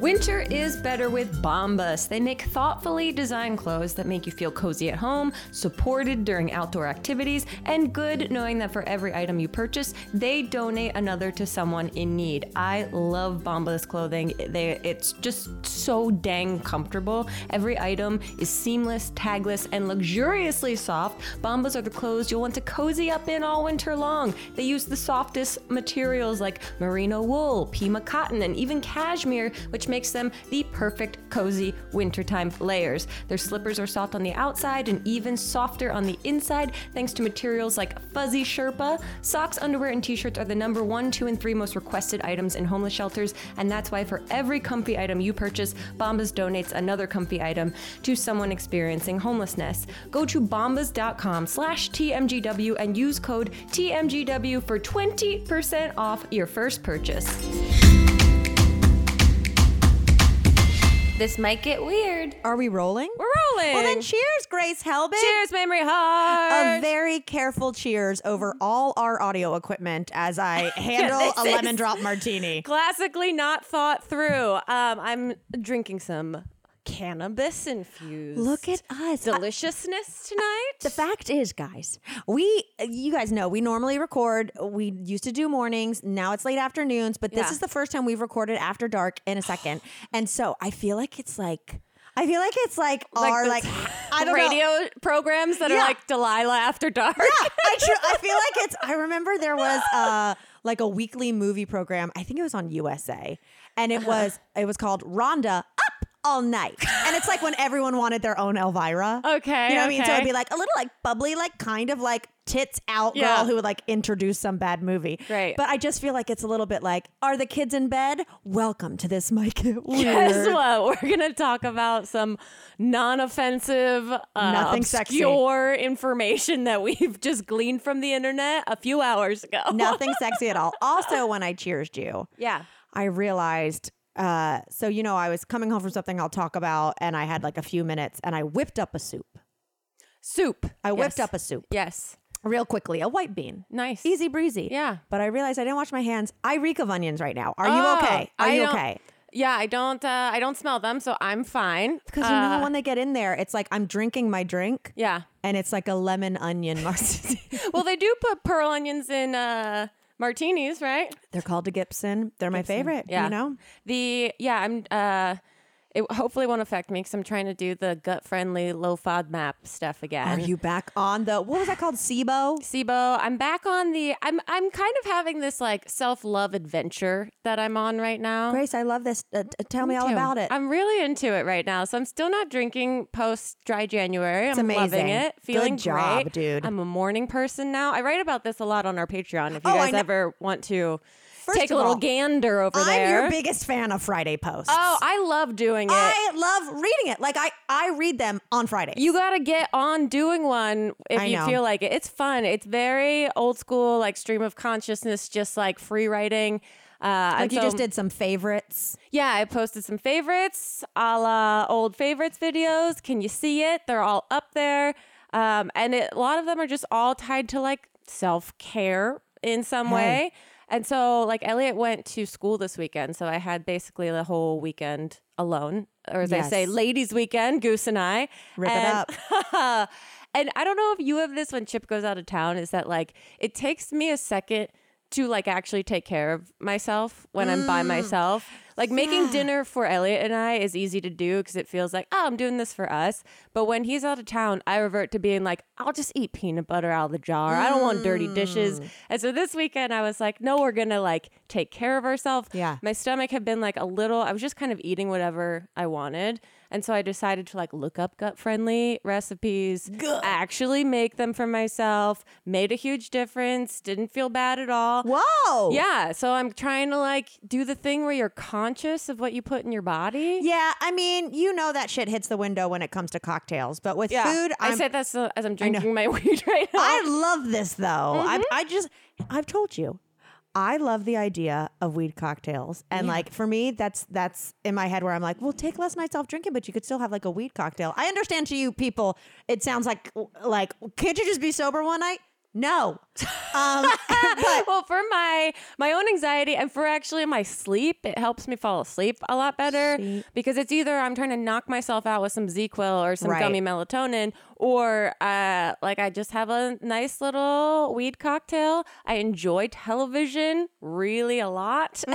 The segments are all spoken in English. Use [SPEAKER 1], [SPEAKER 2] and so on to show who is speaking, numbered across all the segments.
[SPEAKER 1] Winter is better with Bombas. They make thoughtfully designed clothes that make you feel cozy at home, supported during outdoor activities, and good knowing that for every item you purchase, they donate another to someone in need. I love Bombas clothing. They, it's just so dang comfortable. Every item is seamless, tagless, and luxuriously soft. Bombas are the clothes you'll want to cozy up in all winter long. They use the softest materials like merino wool, pima cotton, and even cashmere, which makes them the perfect cozy wintertime layers. Their slippers are soft on the outside and even softer on the inside, thanks to materials like fuzzy Sherpa. Socks, underwear, and t shirts are the number one, two, and three most requested items in homeless shelters, and that's why for every comfy item you purchase, Bombas donates another comfy item to someone experiencing homelessness. Go to bombas.com slash TMGW and use code TMGW for 20% off your first purchase. This might get weird.
[SPEAKER 2] Are we rolling?
[SPEAKER 1] We're rolling.
[SPEAKER 2] Well, then cheers, Grace Helbig.
[SPEAKER 1] Cheers, memory heart.
[SPEAKER 2] A very careful cheers over all our audio equipment as I handle
[SPEAKER 1] this
[SPEAKER 2] a
[SPEAKER 1] is-
[SPEAKER 2] lemon drop martini.
[SPEAKER 1] Classically not thought through. Um, I'm drinking some cannabis infused.
[SPEAKER 2] Look at us. I-
[SPEAKER 1] deliciousness tonight.
[SPEAKER 2] the fact is, guys, we, you guys know, we normally record. We used to do mornings. Now it's late afternoons, but this
[SPEAKER 1] Yeah.
[SPEAKER 2] is the first time we've recorded after dark in a second. And so I feel like it's like, I feel like it's like, our,
[SPEAKER 1] the-
[SPEAKER 2] like, I don't know.
[SPEAKER 1] radio programs that
[SPEAKER 2] Yeah.
[SPEAKER 1] are like Delilah after dark.
[SPEAKER 2] I, tr- I feel like it's. I remember there was uh, like a weekly movie program. I think it was on USA, and
[SPEAKER 1] Uh-huh.
[SPEAKER 2] it was it was called Rhonda Up All Night, and it's like when everyone wanted their own Elvira.
[SPEAKER 1] Okay,
[SPEAKER 2] you know what I mean. So
[SPEAKER 1] okay.
[SPEAKER 2] it'd be like a little like bubbly, like kind of like tits out
[SPEAKER 1] Yeah.
[SPEAKER 2] girl who would like introduce some bad movie.
[SPEAKER 1] Right.
[SPEAKER 2] But I just feel like it's a little bit like, are the kids in bed? Welcome to this Mike. It Weird.
[SPEAKER 1] Guess what? We're gonna talk about some non-offensive, uh,
[SPEAKER 2] Nothing sexy.
[SPEAKER 1] obscure information that we've just gleaned from the internet a few hours ago.
[SPEAKER 2] Nothing sexy at all. Also, when I cheersed you,
[SPEAKER 1] Yeah.
[SPEAKER 2] I realized. Uh, so you know, I was coming home from something I'll talk about, and I had like a few minutes, and I whipped up a soup.
[SPEAKER 1] Soup.
[SPEAKER 2] I whipped
[SPEAKER 1] Yes.
[SPEAKER 2] up a soup
[SPEAKER 1] Yes.
[SPEAKER 2] real quickly, a white bean,
[SPEAKER 1] Nice.
[SPEAKER 2] easy breezy.
[SPEAKER 1] Yeah.
[SPEAKER 2] But I realized I didn't wash my hands. I reek of onions right now. Are you
[SPEAKER 1] Oh,
[SPEAKER 2] okay? Are
[SPEAKER 1] I
[SPEAKER 2] you
[SPEAKER 1] don't-
[SPEAKER 2] okay?
[SPEAKER 1] Yeah, I don't. Uh, I don't smell them, so I'm fine. Uh,
[SPEAKER 2] Because you know when they get in there, it's like I'm drinking my drink,
[SPEAKER 1] Yeah.
[SPEAKER 2] and it's like a lemon onion martini.
[SPEAKER 1] Well, they do put pearl onions in uh, martinis, right?
[SPEAKER 2] They're called a Gibson. They're my favorite.
[SPEAKER 1] Yeah.
[SPEAKER 2] You know.
[SPEAKER 1] The yeah, I'm uh it hopefully won't affect me cuz I'm trying to do the gut friendly low FODMAP stuff
[SPEAKER 2] Are
[SPEAKER 1] again.
[SPEAKER 2] you back on the what was that called? SIBO.
[SPEAKER 1] SIBO, I'm back on the I'm I'm kind of having this like self-love adventure that I'm on right now.
[SPEAKER 2] Grace, I love this. Uh, t- tell me all
[SPEAKER 1] too.
[SPEAKER 2] about it.
[SPEAKER 1] I'm really into it right now. So I'm still not drinking post dry January. I'm
[SPEAKER 2] amazing.
[SPEAKER 1] loving it. Feeling
[SPEAKER 2] Good job,
[SPEAKER 1] great.
[SPEAKER 2] dude.
[SPEAKER 1] I'm a morning person now. I write about this a lot on our Patreon if you
[SPEAKER 2] Oh, I
[SPEAKER 1] guys
[SPEAKER 2] know.
[SPEAKER 1] ever want to
[SPEAKER 2] First
[SPEAKER 1] take a
[SPEAKER 2] of
[SPEAKER 1] little
[SPEAKER 2] all,
[SPEAKER 1] gander over
[SPEAKER 2] I'm
[SPEAKER 1] there.
[SPEAKER 2] your biggest fan of Friday posts.
[SPEAKER 1] oh, I love doing it.
[SPEAKER 2] I love reading it. Like I, I read them on Fridays.
[SPEAKER 1] You gotta get on doing one if
[SPEAKER 2] I
[SPEAKER 1] you
[SPEAKER 2] know.
[SPEAKER 1] feel like it. It's fun. It's very old school, like stream of consciousness, just like free writing. Uh,
[SPEAKER 2] like you just did some favorites.
[SPEAKER 1] Yeah, I posted some favorites, a la old favorites videos. Can you see it? They're all up there, um, and it, a lot of them are just all tied to like self care in some way. And so, like Elliot went to school this weekend, so I had basically the whole weekend alone, or as I say,
[SPEAKER 2] Yes.
[SPEAKER 1] ladies' weekend. Goose and I
[SPEAKER 2] Rip it
[SPEAKER 1] up. and I don't know if you have this when Chip goes out of town, is that like it takes me a second to like actually take care of myself when I'm by myself. Like making dinner for Elliot and I is easy to do because it feels like, oh, I'm doing this for us. But when he's out of town, I revert to being like, I'll just eat peanut butter out of the jar. I don't want dirty dishes. And so this weekend I was like, no, we're gonna like take care of ourselves.
[SPEAKER 2] Yeah.
[SPEAKER 1] My stomach had been like a little, I was just kind of eating whatever I wanted. And so I decided to like look up gut friendly recipes, actually make them for myself. Made a huge difference. Didn't feel bad at all.
[SPEAKER 2] Whoa.
[SPEAKER 1] Yeah. So I'm trying to like do the thing where you're conscious of what you put in your body.
[SPEAKER 2] Yeah. I mean, you know that shit hits the window when it comes to cocktails, but with food,
[SPEAKER 1] I
[SPEAKER 2] I'm,
[SPEAKER 1] said that so, as I'm drinking my weed right now.
[SPEAKER 2] I love this though. I,
[SPEAKER 1] Mm-hmm.
[SPEAKER 2] I just, I've told you, I love the idea of weed cocktails, and like for me, that's that's in my head where I'm like, well, take less nights off drinking, but you could still have like a weed cocktail. I understand to you people, it sounds like like can't you just be sober one night? No. Um, but
[SPEAKER 1] well, for my my own anxiety and for actually my sleep, it helps me fall asleep a lot better
[SPEAKER 2] Sweet.
[SPEAKER 1] because it's either I'm trying to knock myself out with some ZQL or some
[SPEAKER 2] Right.
[SPEAKER 1] gummy melatonin, or uh, like I just have a nice little weed cocktail. I enjoy television really a lot.
[SPEAKER 2] Mm.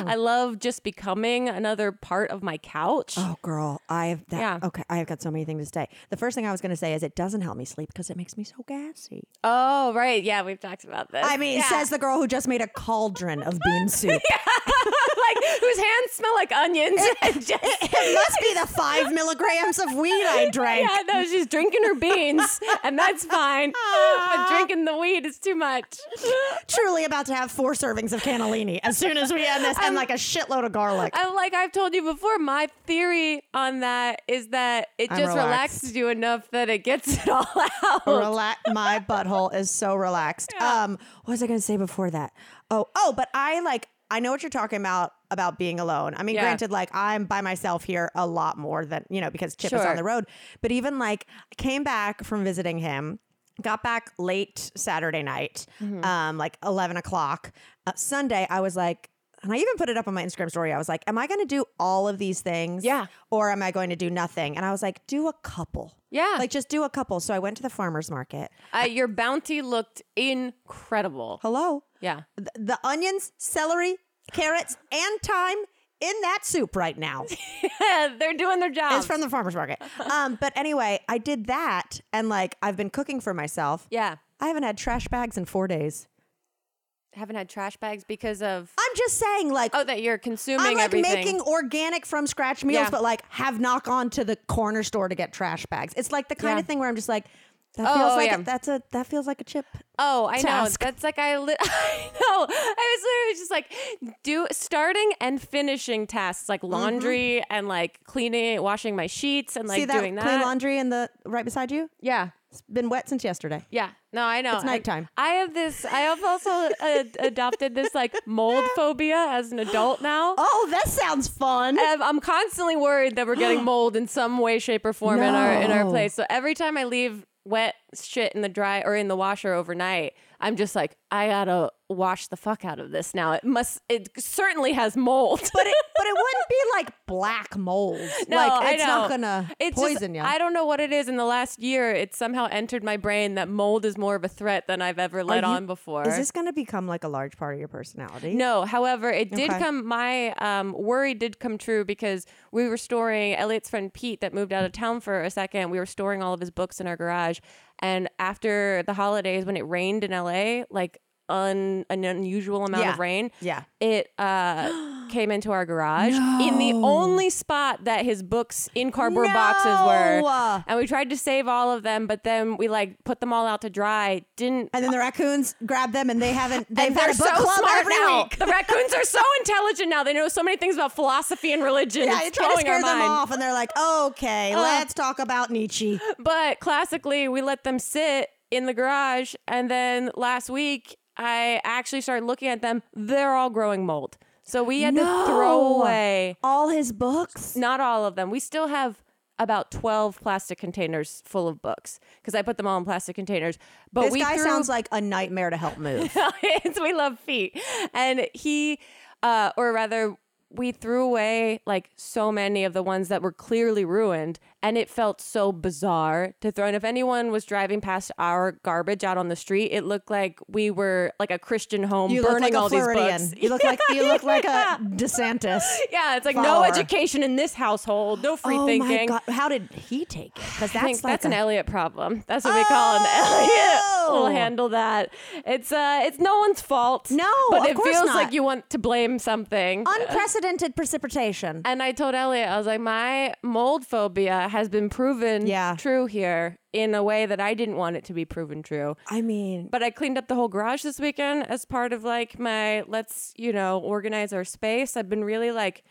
[SPEAKER 1] and I love just becoming another part of my couch.
[SPEAKER 2] Oh, girl, I've that.
[SPEAKER 1] Yeah.
[SPEAKER 2] Okay, I've got so many things to say. The first thing I was going to say is it doesn't help me sleep because it makes me so gassy.
[SPEAKER 1] Oh, right, yeah, we've talked about this.
[SPEAKER 2] I mean,
[SPEAKER 1] Yeah.
[SPEAKER 2] says the girl who just made a cauldron of bean soup.
[SPEAKER 1] like whose hands smell like onions. and just-
[SPEAKER 2] It must be the five milligrams of weed I drank.
[SPEAKER 1] Yeah, no, she's drinking her beans, and that's fine.
[SPEAKER 2] Ah.
[SPEAKER 1] but drinking the weed is too much.
[SPEAKER 2] Truly about to have four servings of cannellini as soon as we end this, and like a shitload of garlic.
[SPEAKER 1] And like I've told you before, my theory on that is that it
[SPEAKER 2] I'm
[SPEAKER 1] just
[SPEAKER 2] relaxed.
[SPEAKER 1] relaxes you enough that it gets it all out.
[SPEAKER 2] Rela- my butthole is so relaxed. Um, what was I going to say before that? Oh, oh, but I like I know what you're talking about about being alone. I mean,
[SPEAKER 1] Yeah.
[SPEAKER 2] granted, like I'm by myself here a lot more than you know because Chip is
[SPEAKER 1] Sure.
[SPEAKER 2] on the road. But even like I came back from visiting him. Got back late Saturday night,
[SPEAKER 1] Mm-hmm.
[SPEAKER 2] um, like 11 o'clock. Uh, Sunday, I was like, and I even put it up on my Instagram story. I was like, am I going to do all of these things?
[SPEAKER 1] Yeah.
[SPEAKER 2] Or am I going to do nothing? And I was like, do a couple.
[SPEAKER 1] Yeah.
[SPEAKER 2] Like just do a couple. So I went to the farmer's market.
[SPEAKER 1] Uh, your bounty looked incredible.
[SPEAKER 2] Hello.
[SPEAKER 1] Yeah.
[SPEAKER 2] Th- The onions, celery, carrots, and thyme in that soup right now.
[SPEAKER 1] They're doing their job.
[SPEAKER 2] It's from the farmer's market. Um, but anyway, I did that and like I've been cooking for myself.
[SPEAKER 1] yeah.
[SPEAKER 2] I haven't had trash bags in four days.
[SPEAKER 1] Haven't had trash bags because of
[SPEAKER 2] I'm just saying, like,
[SPEAKER 1] oh that you're consuming
[SPEAKER 2] I'm like
[SPEAKER 1] everything.
[SPEAKER 2] making organic from scratch meals,
[SPEAKER 1] Yeah.
[SPEAKER 2] but like have knock on to the corner store to get trash bags. It's like the kind
[SPEAKER 1] Yeah.
[SPEAKER 2] of thing where I'm just like, that
[SPEAKER 1] Oh,
[SPEAKER 2] feels
[SPEAKER 1] oh,
[SPEAKER 2] like
[SPEAKER 1] yeah.
[SPEAKER 2] a, that's a that feels like a chip.
[SPEAKER 1] Oh, I
[SPEAKER 2] task.
[SPEAKER 1] know. That's like I, li- I know. I was literally just like do starting and finishing tasks
[SPEAKER 2] Mm-hmm.
[SPEAKER 1] like laundry and like cleaning, washing my sheets and like
[SPEAKER 2] See that
[SPEAKER 1] doing that.
[SPEAKER 2] clean laundry in the right beside you?
[SPEAKER 1] yeah.
[SPEAKER 2] It's been wet since yesterday.
[SPEAKER 1] Yeah. No, I know.
[SPEAKER 2] It's nighttime.
[SPEAKER 1] I, I have this. I have also uh, adopted this like mold phobia as an adult now.
[SPEAKER 2] Oh, that sounds fun.
[SPEAKER 1] Um, I'm constantly worried that we're getting mold in some way, shape, or form in our in our
[SPEAKER 2] No.
[SPEAKER 1] place. So every time I leave wet shit in the dry or in the washer overnight, I'm just like, I gotta wash the fuck out of this now. It must. It certainly has mold.
[SPEAKER 2] but it but it wouldn't be like black mold.
[SPEAKER 1] No,
[SPEAKER 2] like
[SPEAKER 1] I
[SPEAKER 2] it's not
[SPEAKER 1] know.
[SPEAKER 2] gonna
[SPEAKER 1] It's just-
[SPEAKER 2] poison you.
[SPEAKER 1] I don't know what it is. In the last year, it somehow entered my brain that mold is more of a threat than I've ever let
[SPEAKER 2] you-
[SPEAKER 1] on before.
[SPEAKER 2] Is this gonna become like a large part of your personality?
[SPEAKER 1] No, however, it did
[SPEAKER 2] Okay.
[SPEAKER 1] come. My um, worry did come true because we were storing Elliot's friend Pete that moved out of town for a second. We were storing all of his books in our garage, and after the holidays, when it rained in LA, like un, an unusual amount
[SPEAKER 2] Yeah.
[SPEAKER 1] of rain,
[SPEAKER 2] Yeah.
[SPEAKER 1] it uh, came into our garage in the only spot that his books in cardboard boxes
[SPEAKER 2] No.
[SPEAKER 1] were. And we tried to save all of them, but then we like put them all out to dry. Didn't
[SPEAKER 2] And then the raccoons grab them and they haven't they've
[SPEAKER 1] and
[SPEAKER 2] had
[SPEAKER 1] they're
[SPEAKER 2] a book
[SPEAKER 1] so
[SPEAKER 2] club
[SPEAKER 1] smart
[SPEAKER 2] every
[SPEAKER 1] now.
[SPEAKER 2] week.
[SPEAKER 1] The raccoons are so intelligent now. They know so many things about philosophy and religion.
[SPEAKER 2] Yeah, you
[SPEAKER 1] it's
[SPEAKER 2] try to
[SPEAKER 1] blowing
[SPEAKER 2] scare
[SPEAKER 1] our
[SPEAKER 2] them
[SPEAKER 1] mind.
[SPEAKER 2] off, and they're like, "Okay, let's talk about Nietzsche."
[SPEAKER 1] But classically, we let them sit in the garage, and then last week I actually started looking at them. They're all growing mold, so we had to throw
[SPEAKER 2] No.
[SPEAKER 1] away
[SPEAKER 2] All his books.
[SPEAKER 1] not all of them. We still have about 12 plastic containers full of books because I put them all in plastic containers. But
[SPEAKER 2] This
[SPEAKER 1] we
[SPEAKER 2] guy
[SPEAKER 1] threw
[SPEAKER 2] sounds like a nightmare to help move.
[SPEAKER 1] it's we love feet and he uh or rather we threw away like so many of the ones that were clearly ruined and it felt so bizarre to throw and if anyone was driving past our garbage out on the street it looked like we were like a christian home
[SPEAKER 2] You look
[SPEAKER 1] burning
[SPEAKER 2] like a
[SPEAKER 1] all
[SPEAKER 2] Floridian.
[SPEAKER 1] these
[SPEAKER 2] You
[SPEAKER 1] books
[SPEAKER 2] look like you look like a DeSantis.
[SPEAKER 1] yeah it's like no
[SPEAKER 2] Follower.
[SPEAKER 1] education in this household no free
[SPEAKER 2] oh my
[SPEAKER 1] thinking
[SPEAKER 2] god! How did he take it? Because
[SPEAKER 1] I think
[SPEAKER 2] that's like
[SPEAKER 1] that's an
[SPEAKER 2] a- Oh!
[SPEAKER 1] Elliot problem. That's what we call an Elliot. We'll handle that. It's uh, it's no one's fault.
[SPEAKER 2] No,
[SPEAKER 1] but
[SPEAKER 2] of
[SPEAKER 1] it
[SPEAKER 2] course
[SPEAKER 1] feels
[SPEAKER 2] not.
[SPEAKER 1] like you want to blame something.
[SPEAKER 2] unprecedented precipitation.
[SPEAKER 1] and I told Elliot, I was like, my mold phobia has been proven
[SPEAKER 2] Yeah.
[SPEAKER 1] true here in a way that I didn't want it to be proven true.
[SPEAKER 2] I mean,
[SPEAKER 1] But I cleaned up the whole garage this weekend as part of like my let's, you know, organize our space. I've been really like,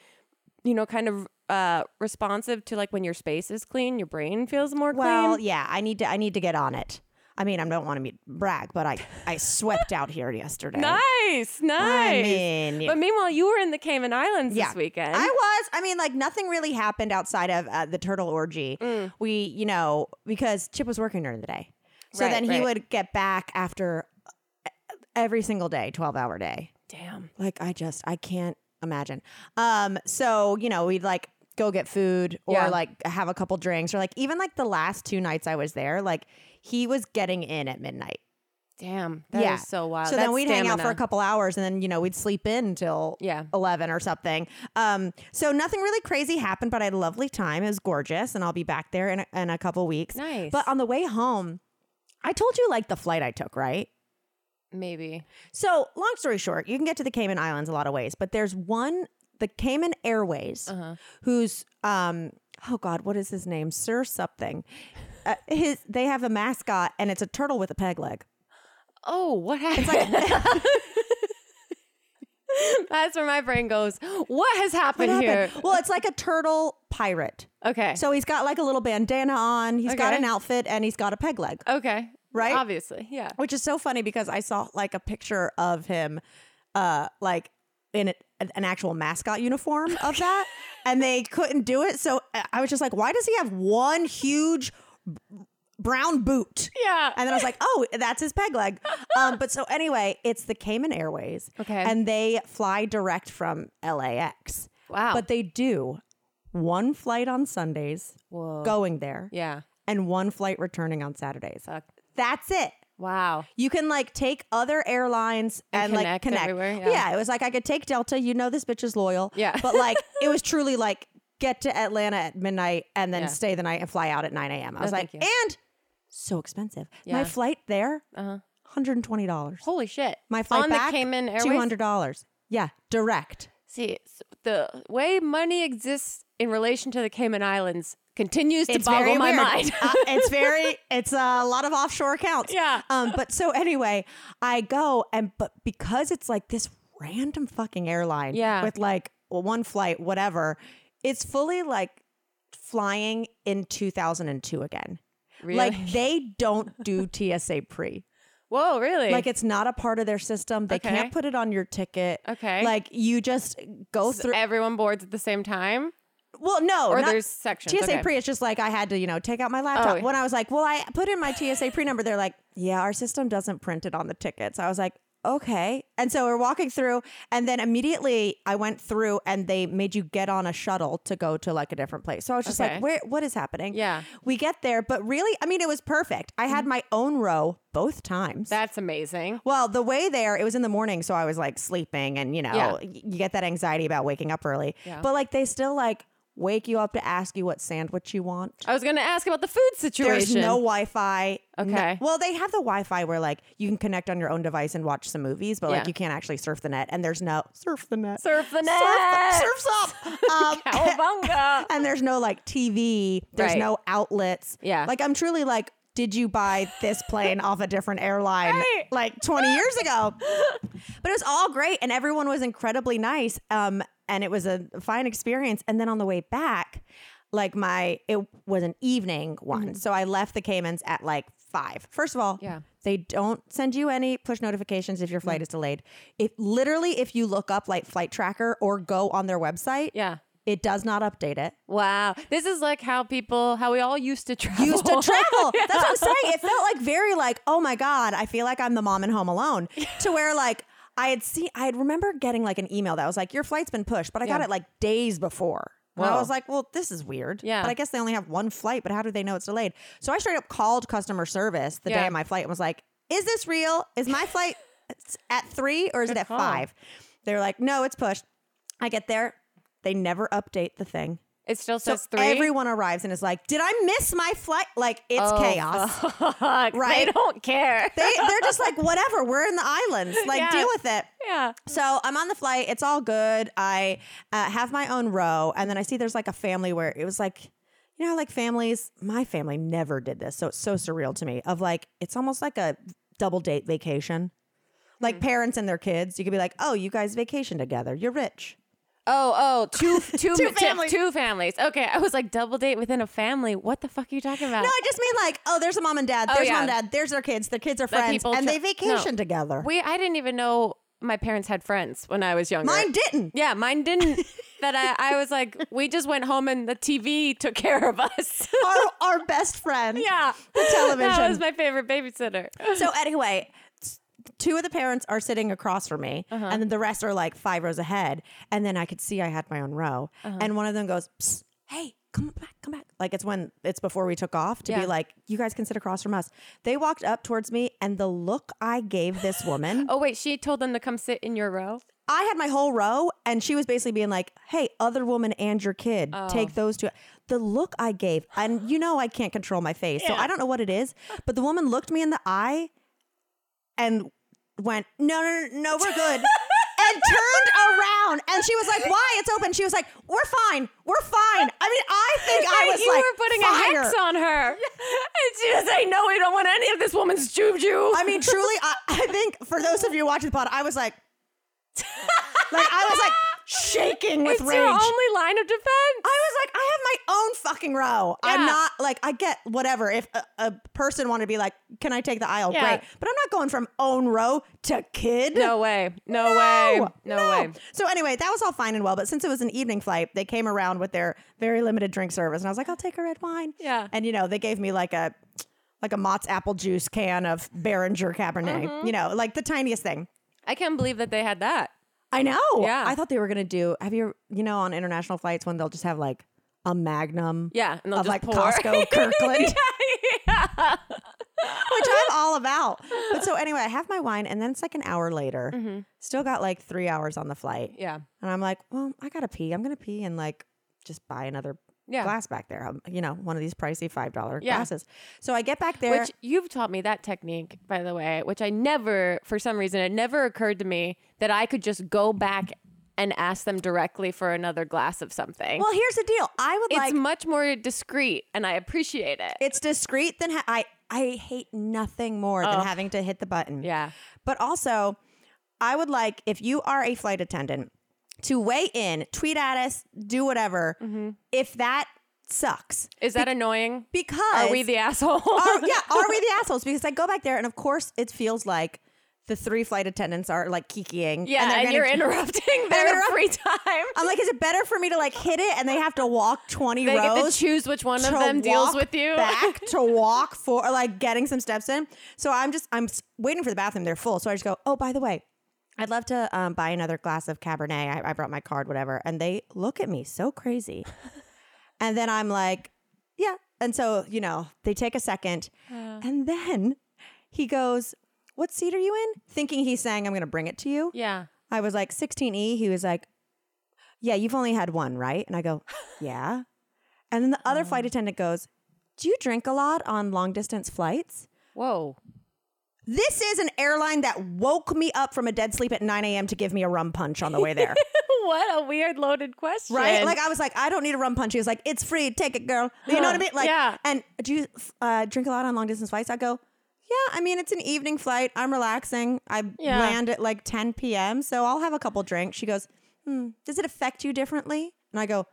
[SPEAKER 1] you know, kind of uh responsive to like when your space is clean, your brain feels more clean.
[SPEAKER 2] well, yeah. I need to. I need to get on it. I mean, I don't want to be brag, but I I swept out here yesterday.
[SPEAKER 1] Nice, nice.
[SPEAKER 2] mean, yeah.
[SPEAKER 1] but meanwhile, you were in the Cayman Islands
[SPEAKER 2] yeah.
[SPEAKER 1] this weekend.
[SPEAKER 2] I was. I mean, like nothing really
[SPEAKER 1] Mm.
[SPEAKER 2] happened outside of uh, the turtle orgy. We, you know, because Chip was working during the day. So
[SPEAKER 1] Right,
[SPEAKER 2] then he
[SPEAKER 1] right.
[SPEAKER 2] would get back after uh, every single day, 12 hour day.
[SPEAKER 1] Damn.
[SPEAKER 2] Like I just I can't imagine. Um so, you know, we'd like go get food or
[SPEAKER 1] Yeah.
[SPEAKER 2] like have a couple drinks or like even like the last two nights I was there, like he was getting in at midnight.
[SPEAKER 1] Damn. That is
[SPEAKER 2] Yeah.
[SPEAKER 1] so wild.
[SPEAKER 2] So
[SPEAKER 1] That's
[SPEAKER 2] then we'd hang out for a
[SPEAKER 1] stamina.
[SPEAKER 2] couple hours and then, you know, we'd sleep in until
[SPEAKER 1] Yeah.
[SPEAKER 2] 11 or something. Um, so nothing really crazy happened, but I had a lovely time. It was gorgeous. And I'll be back there in a, in a couple weeks.
[SPEAKER 1] Nice.
[SPEAKER 2] But um, on the way home, I told you like the flight I took, right?
[SPEAKER 1] Maybe.
[SPEAKER 2] So, long story short, you can get to the Cayman Islands a lot of ways, but there's one, the Cayman Airways,
[SPEAKER 1] Uh-huh.
[SPEAKER 2] who's, um, oh God, what is his name? Sir something. Uh, his, they have a mascot and it's a turtle with a peg leg.
[SPEAKER 1] Oh, what happened? That's where my brain goes. What has happened
[SPEAKER 2] What
[SPEAKER 1] here?
[SPEAKER 2] happened? Well, it's like a turtle pirate.
[SPEAKER 1] Okay.
[SPEAKER 2] So he's got like a little bandana on, He's got
[SPEAKER 1] Okay.
[SPEAKER 2] an outfit, and he's got a peg leg,
[SPEAKER 1] okay.
[SPEAKER 2] Right?
[SPEAKER 1] Obviously. Yeah.
[SPEAKER 2] which is so funny because I saw like a picture of him, uh, like in a, an actual mascot uniform of that, and they couldn't do it. So I- I was just like, why does he have one huge b- brown boot?
[SPEAKER 1] Yeah.
[SPEAKER 2] And then I was like, oh, that's his peg leg. Um, but so anyway, it's the Cayman Airways.
[SPEAKER 1] Okay.
[SPEAKER 2] And they fly direct from LAX.
[SPEAKER 1] Wow.
[SPEAKER 2] But they do one flight on Sundays
[SPEAKER 1] Whoa.
[SPEAKER 2] going there
[SPEAKER 1] Yeah.
[SPEAKER 2] and one flight returning on Saturdays.
[SPEAKER 1] Fuck.
[SPEAKER 2] That's it.
[SPEAKER 1] Wow.
[SPEAKER 2] You can like take other airlines and,
[SPEAKER 1] And
[SPEAKER 2] like
[SPEAKER 1] connect
[SPEAKER 2] connect.
[SPEAKER 1] everywhere,
[SPEAKER 2] yeah.
[SPEAKER 1] yeah.
[SPEAKER 2] it was like I could take Delta. You know this bitch is loyal.
[SPEAKER 1] Yeah.
[SPEAKER 2] but like it was truly like get to Atlanta at midnight and then
[SPEAKER 1] Yeah. Oh,
[SPEAKER 2] stay the night and fly out at nine a.m. I was like,
[SPEAKER 1] thank you.
[SPEAKER 2] and so expensive. My
[SPEAKER 1] Yeah.
[SPEAKER 2] flight there,
[SPEAKER 1] Uh-huh.
[SPEAKER 2] hundred and twenty dollars.
[SPEAKER 1] Holy shit.
[SPEAKER 2] My flight
[SPEAKER 1] on
[SPEAKER 2] back,
[SPEAKER 1] the Cayman Airways.
[SPEAKER 2] two hundred dollars. Yeah, direct.
[SPEAKER 1] See, it's- the way money exists in relation to the Cayman Islands continues to boggle my
[SPEAKER 2] weird.
[SPEAKER 1] mind.
[SPEAKER 2] Uh, it's very it's a lot of offshore accounts.
[SPEAKER 1] Yeah.
[SPEAKER 2] Um, but so anyway, I go and but because it's like this random fucking airline
[SPEAKER 1] Yeah.
[SPEAKER 2] with like well, one flight, whatever, it's fully like flying in 2002 again.
[SPEAKER 1] Really?
[SPEAKER 2] Like they don't do TSA pre.
[SPEAKER 1] Whoa, really?
[SPEAKER 2] Like it's not a part of their system. They
[SPEAKER 1] Okay.
[SPEAKER 2] can't put it on your ticket.
[SPEAKER 1] Okay.
[SPEAKER 2] Like you just go through.
[SPEAKER 1] everyone boards at the same time.
[SPEAKER 2] Well, no,
[SPEAKER 1] Or
[SPEAKER 2] not-
[SPEAKER 1] there's sections,
[SPEAKER 2] TSA
[SPEAKER 1] okay.
[SPEAKER 2] pre. It's just like I had to, you know, take out my laptop.
[SPEAKER 1] Oh.
[SPEAKER 2] When I was like, well, I put in my TSA pre number. They're like, yeah, our system doesn't print it on the tickets. I was like, okay. And so we're walking through, and then immediately I went through, and they made you get on a shuttle to go to like a different place. So I was just
[SPEAKER 1] Okay.
[SPEAKER 2] like, where? What is happening?
[SPEAKER 1] Yeah. Mm-hmm.
[SPEAKER 2] we get there, but really, I mean, it was perfect. I had my own row both times.
[SPEAKER 1] That's amazing.
[SPEAKER 2] Well, the way there, it was in the morning, so I was like sleeping, and you know,
[SPEAKER 1] Yeah.
[SPEAKER 2] y- you get that anxiety about waking up early. But like, they still like wake you up to ask you what sandwich you want.
[SPEAKER 1] I was going to ask about the food
[SPEAKER 2] There's
[SPEAKER 1] situation.
[SPEAKER 2] no Wi-Fi. no-
[SPEAKER 1] Okay.
[SPEAKER 2] well, they have the Wi-Fi where like you can connect on your own device and watch some movies, but like
[SPEAKER 1] Yeah.
[SPEAKER 2] you can't actually surf the net. And there's no surf the net.
[SPEAKER 1] Surf the net.
[SPEAKER 2] Surf, surf's up. Um,
[SPEAKER 1] Cowabunga.
[SPEAKER 2] and there's no like TV. There's
[SPEAKER 1] Right.
[SPEAKER 2] no outlets.
[SPEAKER 1] Yeah.
[SPEAKER 2] Like I'm truly like, did you buy this plane off a different airline
[SPEAKER 1] Right.
[SPEAKER 2] like 20 years ago? But it was all great, and everyone was incredibly nice. Um, and it was a fine experience. And then on the way back, like my it was an evening one, so I left the Caymans at like five. First of all,
[SPEAKER 1] Mm-hmm. Yeah. Mm.
[SPEAKER 2] they don't send you any push notifications if your flight is delayed. If literally, if you look up like flight tracker or go on their website,
[SPEAKER 1] yeah.
[SPEAKER 2] it does not update it.
[SPEAKER 1] Wow. This is like how people, how we all used to travel.
[SPEAKER 2] used to travel. That's what I'm saying. It felt like very like, oh my God, I feel like I'm the mom in home alone. to where like I had seen I had remember getting like an email that was like, Your flight's been pushed, but I got
[SPEAKER 1] Yeah.
[SPEAKER 2] it like days before. And I
[SPEAKER 1] Whoa.
[SPEAKER 2] was like, well, this is weird.
[SPEAKER 1] Yeah.
[SPEAKER 2] But I guess they only have one flight, but how do they know it's delayed? So I straight up called customer service the day
[SPEAKER 1] Yeah.
[SPEAKER 2] of my flight and was like, is this real? Is my flight at three or is it at
[SPEAKER 1] call.
[SPEAKER 2] five? They're like, no, it's pushed. I get there. They never update the thing.
[SPEAKER 1] It still
[SPEAKER 2] So
[SPEAKER 1] says three.
[SPEAKER 2] everyone arrives and is like, "Did I miss my flight?" Like it's
[SPEAKER 1] Oh,
[SPEAKER 2] chaos.
[SPEAKER 1] fuck.
[SPEAKER 2] Right?
[SPEAKER 1] They don't care.
[SPEAKER 2] They they're just like, "Whatever, we're in the islands. Like
[SPEAKER 1] Yeah.
[SPEAKER 2] deal with it."
[SPEAKER 1] yeah.
[SPEAKER 2] So I'm on the flight. It's all good. I uh, have my own row, and then I see there's like a family where it was like, you know, how, like families. My family never did this, so it's so surreal to me. Of like, it's almost like a double date vacation. Like
[SPEAKER 1] Mm-hmm.
[SPEAKER 2] parents and their kids, you could be like, "Oh, you guys vacation together. You're rich."
[SPEAKER 1] Oh, oh, two, two,
[SPEAKER 2] Two
[SPEAKER 1] two
[SPEAKER 2] families.
[SPEAKER 1] families. Two families. Okay, I was like double date within a family. What the fuck are you talking about?
[SPEAKER 2] No, I just mean like, oh, there's a mom and dad.
[SPEAKER 1] Oh,
[SPEAKER 2] There's
[SPEAKER 1] yeah.
[SPEAKER 2] mom and dad. There's their kids. Their kids are
[SPEAKER 1] That
[SPEAKER 2] friends,
[SPEAKER 1] people
[SPEAKER 2] and
[SPEAKER 1] tra-
[SPEAKER 2] they vacation
[SPEAKER 1] No.
[SPEAKER 2] together.
[SPEAKER 1] we I didn't even know my parents had friends when I was younger.
[SPEAKER 2] Mine didn't.
[SPEAKER 1] Yeah, mine didn't. that I, I was like, we just went home and the TV took care of us.
[SPEAKER 2] our our best friend.
[SPEAKER 1] yeah.
[SPEAKER 2] The television.
[SPEAKER 1] That was my favorite babysitter.
[SPEAKER 2] So anyway, t- two of the parents are sitting across from me,
[SPEAKER 1] Uh-huh.
[SPEAKER 2] and then the rest are like five rows ahead. And then I could see I had my own row,
[SPEAKER 1] Uh-huh.
[SPEAKER 2] and one of them goes, Psst, "Hey, come back, come back!" Like it's when it's before we took off to
[SPEAKER 1] Yeah.
[SPEAKER 2] be like, "You guys can sit across from us." They walked up towards me, and the look I gave this woman,
[SPEAKER 1] Oh, wait, she told them to come sit in your row?
[SPEAKER 2] I had my whole row, and she was basically being like, "Hey, other woman and your kid,
[SPEAKER 1] Oh.
[SPEAKER 2] take those two. The look I gave, and you know I can't control my face, so I don't know what it is, but the woman looked me in the eye and went, "No, no, no, no we're good." And turned around, and she was like, "Why? It's open." She was like, "We're fine. We're fine." I mean, I think I
[SPEAKER 1] Right,
[SPEAKER 2] was
[SPEAKER 1] you
[SPEAKER 2] like,
[SPEAKER 1] were putting
[SPEAKER 2] fire.
[SPEAKER 1] a hex on her. and she was like, no, we don't want any of this woman's juju.
[SPEAKER 2] I mean, truly, I, I think for those of you watching the pod, I was like, like I was like shaking with
[SPEAKER 1] it's
[SPEAKER 2] rage.
[SPEAKER 1] your only line of defense.
[SPEAKER 2] I was like, I have my own fucking row. I'm
[SPEAKER 1] Yeah.
[SPEAKER 2] not like I get whatever. If a, a person wanted to be like, "Can I take the aisle?"
[SPEAKER 1] Yeah.
[SPEAKER 2] Great, but I'm not going from own row to kid.
[SPEAKER 1] No way. No, way. No, way.
[SPEAKER 2] So anyway, that was all fine and well, but since it was an evening flight, they came around with their very limited drink service, and I was like, "I'll take a red wine."
[SPEAKER 1] Yeah.
[SPEAKER 2] and you know, they gave me like a like a Mott's apple juice can of Behringer Cabernet.
[SPEAKER 1] Mm-hmm.
[SPEAKER 2] You know, like the tiniest thing.
[SPEAKER 1] I can't believe that they had that.
[SPEAKER 2] I know.
[SPEAKER 1] Yeah.
[SPEAKER 2] I thought they were gonna do. Have you you know on international flights when they'll just have like a Magnum?
[SPEAKER 1] Yeah, and they'll
[SPEAKER 2] of
[SPEAKER 1] just
[SPEAKER 2] like
[SPEAKER 1] pour.
[SPEAKER 2] Costco Kirkland, which I'm all about. But so anyway, I have my wine, and then it's like an hour later. Still got like three hours on the flight.
[SPEAKER 1] Mm-hmm. Yeah.
[SPEAKER 2] and I'm like, well, I gotta pee. I'm gonna pee and like just buy another.
[SPEAKER 1] Yeah.
[SPEAKER 2] Glass back there, um, you know, one of these pricey five dollar
[SPEAKER 1] Yeah.
[SPEAKER 2] glasses. So I get back there.
[SPEAKER 1] Which you've taught me that technique, by the way, which I never, for some reason, it never occurred to me that I could just go back and ask them directly for another glass of something.
[SPEAKER 2] well, here's the deal. I would
[SPEAKER 1] it's
[SPEAKER 2] like
[SPEAKER 1] much more discreet, and I appreciate it.
[SPEAKER 2] it's discreet than ha- I. I hate nothing more than having to hit the button.
[SPEAKER 1] Oh. yeah.
[SPEAKER 2] But also, I would like if you are a flight attendant to weigh in, tweet at us, do whatever.
[SPEAKER 1] Mm-hmm.
[SPEAKER 2] If that sucks,
[SPEAKER 1] Is that annoying?
[SPEAKER 2] because
[SPEAKER 1] Are we the asshole?
[SPEAKER 2] are, Oh, yeah, are we the assholes? Because I go back there, and of course, it feels like the three flight attendants are like kikiing.
[SPEAKER 1] yeah, and,
[SPEAKER 2] they're gonna-
[SPEAKER 1] you're interrupting their
[SPEAKER 2] interrupt- Uh,
[SPEAKER 1] free time.
[SPEAKER 2] I'm like, is it better for me to like hit it and they have to walk 20
[SPEAKER 1] They
[SPEAKER 2] rows?
[SPEAKER 1] get to choose which one of
[SPEAKER 2] to
[SPEAKER 1] them deals
[SPEAKER 2] walk
[SPEAKER 1] with you.
[SPEAKER 2] back to walk for or, like getting some steps in. So I'm just I'm s- waiting for the bathroom. They're full, so I just go. Oh, by the way, I'd love to um, buy another glass of Cabernet. I, I brought my card, whatever. And they look at me so crazy, and then I'm like, yeah. And so you know they take a second,
[SPEAKER 1] Uh.
[SPEAKER 2] and then he goes, "What seat are you in?" Thinking he's saying, "I'm going to bring it to you."
[SPEAKER 1] yeah.
[SPEAKER 2] I was like 16E. He was like, Yeah, you've only had one, right? And I go, Yeah. And then the other flight attendant goes, Do you drink a lot on long distance flights?
[SPEAKER 1] Whoa.
[SPEAKER 2] This is an airline that woke me up from a dead sleep at 9 a.m. to give me a rum punch on the way there.
[SPEAKER 1] what a weird loaded question.
[SPEAKER 2] right? Like, I was like, I don't need a rum punch. He was like, It's free. Take it, girl. You know what I mean? Like,
[SPEAKER 1] Yeah.
[SPEAKER 2] And do you uh, drink a lot on long distance flights? I go, yeah, I mean it's an evening flight. I'm relaxing. I
[SPEAKER 1] Yeah.
[SPEAKER 2] land at like 10 p.m., so I'll have a couple drinks. She goes, hmm, does it affect you differently? And I go,